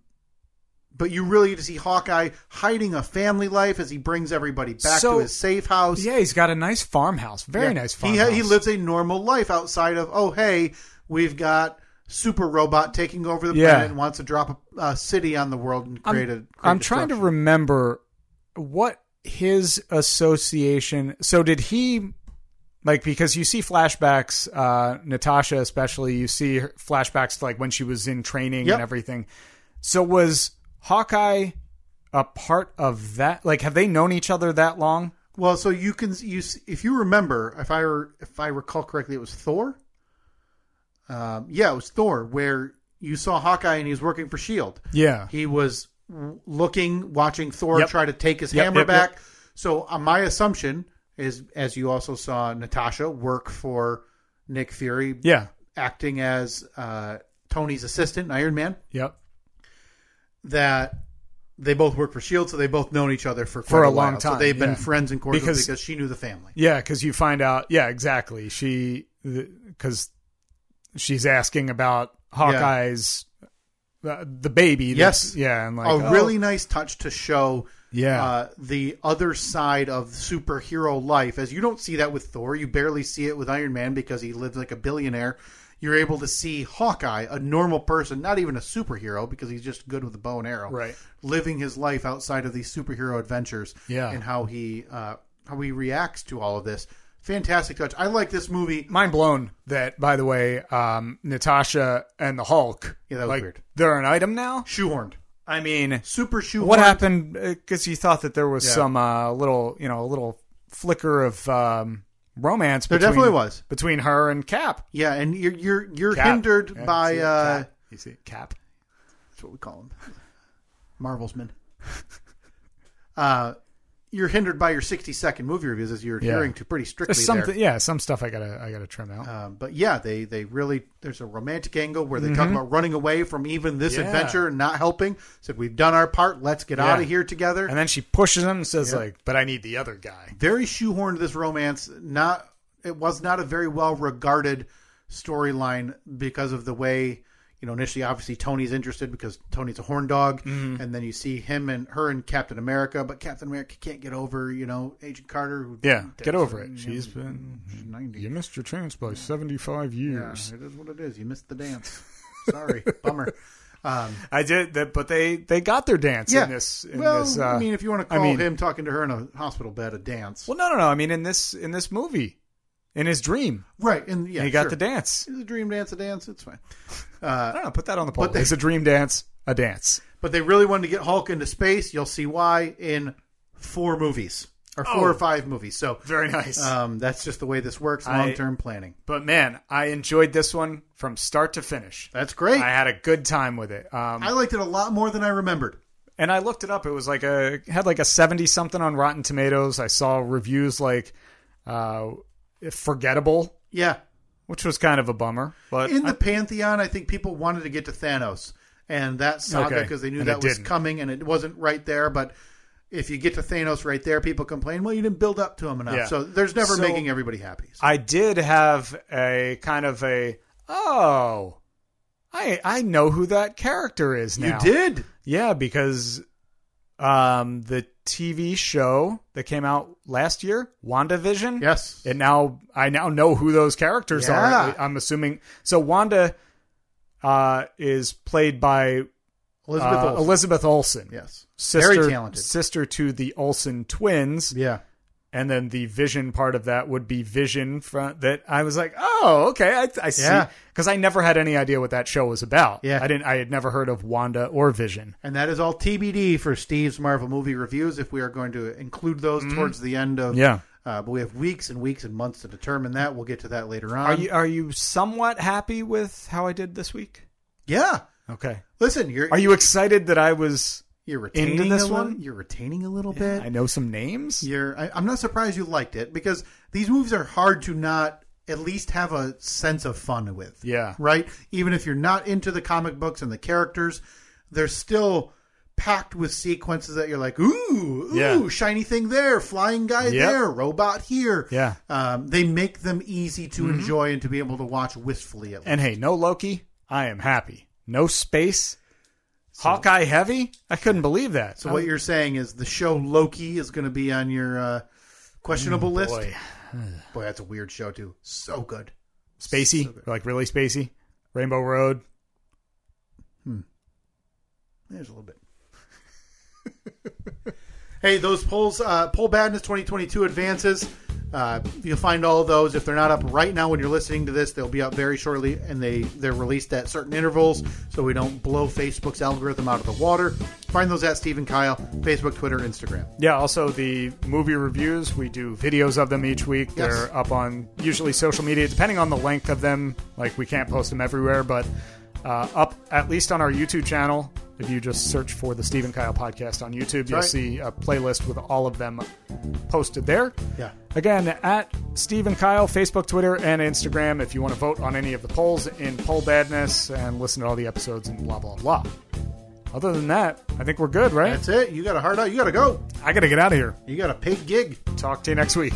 S2: but you really get to see Hawkeye hiding a family life as he brings everybody back
S3: So-
S2: to his safe house.
S3: Yeah, he's got a nice farmhouse. Very
S2: Yeah.
S3: nice
S2: He
S3: farmhouse.
S2: ha- he lives a normal life outside of oh hey we've got super robot taking over the
S3: Yeah.
S2: planet and wants to drop a, a city on the world and
S3: I'm,
S2: create a. Create
S3: I'm trying to
S2: destruction.
S3: remember what his association. So did he like because you see flashbacks, uh, Natasha especially. You see her- flashbacks to like when she was in training
S2: Yep.
S3: and everything. So was Hawkeye a part of that? Like, have they known each other that long?
S2: Well, so you can you s- if you remember if I were, if I recall correctly, it was Thor. Um, yeah, it was Thor where you saw Hawkeye and he was working for Shield.
S3: Yeah.
S2: E he was w- looking, watching Thor
S3: Yep.
S2: try to take his
S3: Yep,
S2: hammer
S3: yep,
S2: back.
S3: yep.
S2: So uh, my assumption is, as you also saw Natasha work for Nick Fury,
S3: Yeah.
S2: acting as uh, Tony's assistant, Iron Man,
S3: Yep.
S2: that they both work for Shield, E so they both known each other for quite
S3: For a
S2: while.
S3: long
S2: So
S3: time,
S2: they've been
S3: yeah.
S2: friends and cordial because,
S3: Because-
S2: she knew the family.
S3: Yeah, because you find out. Yeah, exactly. She because she's asking about Hawkeye's uh, the baby.
S2: Yes.
S3: that's-
S2: Oh.
S3: Yeah, and like uh,
S2: a really nice touch to show
S3: yeah
S2: uh, the other side of superhero life, as you don't see that with Thor. You barely see it with Iron Man because he lives like a billionaire. You're able to see Hawkeye, a normal person, not even a superhero, because he's just good with a bow and arrow,
S3: Right.
S2: Living his life outside of these superhero adventures,
S3: Yeah.
S2: and how he uh, how he reacts to all of this. Fantastic touch. I like this movie.
S3: mind blown. That by the way, um, Natasha and the Hulk.
S2: Yeah, that was
S3: like,
S2: weird.
S3: They're an item now.
S2: Shoehorned,
S3: I mean,
S2: super shoehorned.
S3: what happened? Because you thought that there was
S2: Yeah.
S3: some uh, little, you know, a little flicker of um, romance.
S2: There
S3: between,
S2: definitely was.
S3: between her and Cap.
S2: Yeah, and you're you're you're
S3: Cap.
S2: hindered
S3: Yeah,
S2: by
S3: see,
S2: uh,
S3: Cap. you see Cap.
S2: That's what we call him. [LAUGHS] Marvelsman. [LAUGHS] uh, you're hindered by your 60 second movie reviews as you're
S3: Yeah.
S2: adhering to pretty strictly
S3: There's
S2: there.
S3: something, yeah, some stuff I gotta, I gotta trim out.
S2: Um, but yeah, they they really there's a romantic angle where they talk about running away from even this
S3: Mm-hmm. Yeah.
S2: adventure and not helping. Said we've done our part, let's get
S3: Yeah.
S2: out of here together.
S3: And then she pushes him and says, like, but I need the other guy.
S2: very shoehorned this romance. Not it was not a very well regarded storyline because of the way you know initially obviously Tony's interested because Tony's a horn dog,
S3: Mm-hmm.
S2: and then you see him and her and Captain America, but Captain America can't get over you know Agent Carter. Who
S3: Yeah. Get
S2: that's-
S3: over it.
S2: you
S3: She's
S2: know,
S3: been
S2: she's ninety.
S3: you missed your chance by seventy five
S2: Yeah, it is what it is. You missed the
S3: [LAUGHS]
S2: dance. Sorry, bummer. Um,
S3: I did that but they they got their dance
S2: yeah.
S3: in this in
S2: well,
S3: this
S2: I
S3: uh,
S2: mean, if you want to
S3: I
S2: call
S3: mean-
S2: him talking to her in a hospital bed a dance,
S3: Well no no no, I mean in this in this movie. In his dream.
S2: right? And yeah,
S3: he got
S2: sure.
S3: the dance.
S2: It's a dream dance, a dance. It's fine.
S3: I don't know, put that on the poll.
S2: they-
S3: It's a dream dance, a dance.
S2: but they really wanted to get Hulk into space. You'll see why in four movies or four or five movies. So
S3: Oh. Very nice.
S2: um, that's just the way this works.
S3: I-
S2: Long term planning.
S3: Uh, but man, I enjoyed this one from start to finish.
S2: That's great.
S3: I
S2: I,
S3: had a good time with it. Um,
S2: liked it a lot more than I remembered.
S3: and I looked it up. It was like a had like a seventy something on Rotten Tomatoes. I saw reviews like uh, forgettable,
S2: Yeah,
S3: which was kind of a bummer. But
S2: in the pantheon, I think people wanted to get to Thanos and that saga
S3: Okay.
S2: because they knew
S3: And
S2: that
S3: it
S2: was
S3: didn't.
S2: coming and it wasn't right there, but. If you get to Thanos right there, people complain, "Well, you didn't build up to him enough."
S3: Yeah.
S2: So there's never
S3: So-
S2: making everybody happy. So-
S3: I did have a kind of a oh, I I know who that character is
S2: you
S3: now.
S2: did,
S3: yeah, because um the TV show that came out last year, WandaVision.
S2: Yes.
S3: And now I now know who those characters
S2: Yeah.
S3: are. I'm assuming so Wanda uh, is played by
S2: Elizabeth
S3: uh,
S2: Olsen.
S3: Elizabeth Olsen.
S2: Yes.
S3: Sister,
S2: Very talented.
S3: Sister to the Olsen twins.
S2: Yeah.
S3: And then the vision part of that would be vision front that I was like, oh, okay. I, I see.
S2: Yeah.
S3: Cause I never had any idea what that show was about.
S2: Yeah.
S3: I didn't, I had never heard of Wanda or vision.
S2: And that is all TBD for Steve's Marvel movie reviews if we are going to include those
S3: Mm-hmm.
S2: towards the end of.
S3: Yeah.
S2: Uh, but we have weeks and weeks and months to determine that. We'll get to that later on.
S3: Are you, uh, are you somewhat happy with how I did this week?
S2: yeah.
S3: Okay.
S2: Listen, you're
S3: Are you excited that I was,
S2: you're retaining
S3: into this
S2: a little-
S3: one?
S2: You're retaining a little bit.
S3: I know some names.
S2: You're. I, I'm not surprised you liked it because these movies are hard to not at least have a sense of fun with.
S3: Yeah.
S2: Right. Even if you're not into the comic books and the characters, they're still packed with sequences that you're like, ooh, ooh,
S3: Yeah.
S2: shiny thing there, flying guy
S3: Yep.
S2: there, robot here.
S3: Yeah. Mm-hmm.
S2: Um, they make them easy to enjoy and to be able to watch wistfully. At least.
S3: And hey, no Loki. I am happy. No space. Hawkeye heavy. I couldn't believe that. Um,
S2: so what you're saying is the show Loki is going to be on your uh, questionable list.
S3: Mm, boy.
S2: boy, that's a weird show too. So good.
S3: Spacey, like really spacey. Rainbow Road.
S2: There's a little bit. [LAUGHS] hey, those polls, uh, Poll Badness 2022 advances. Uh, you'll find all those. If they're not up right now when you're listening to this, they'll be up very shortly, and they, they're released at certain intervals so we don't blow Facebook's algorithm out of the water. Find those at Stephen Kyle, Facebook, Twitter, Instagram.
S3: Yeah, also the movie reviews. We do videos of them each week.
S2: Yes.
S3: They're up on usually social media, depending on the length of them. Like, we can't post them everywhere, but uh, up at least on our YouTube channel. If you just search for the Stephen Kyle podcast on YouTube, you'll
S2: right.
S3: see a playlist with all of them posted there.
S2: Yeah.
S3: Again, at Steve and Kyle, Facebook, Twitter, and Instagram if you want to vote on any of the polls in Poll Badness and listen to all the episodes and blah, blah, blah. Other than that, I think we're good, right?
S2: That's it. You got a hard out. You got to go.
S3: I got to get out of here.
S2: You got a paid gig.
S3: Talk to you next week.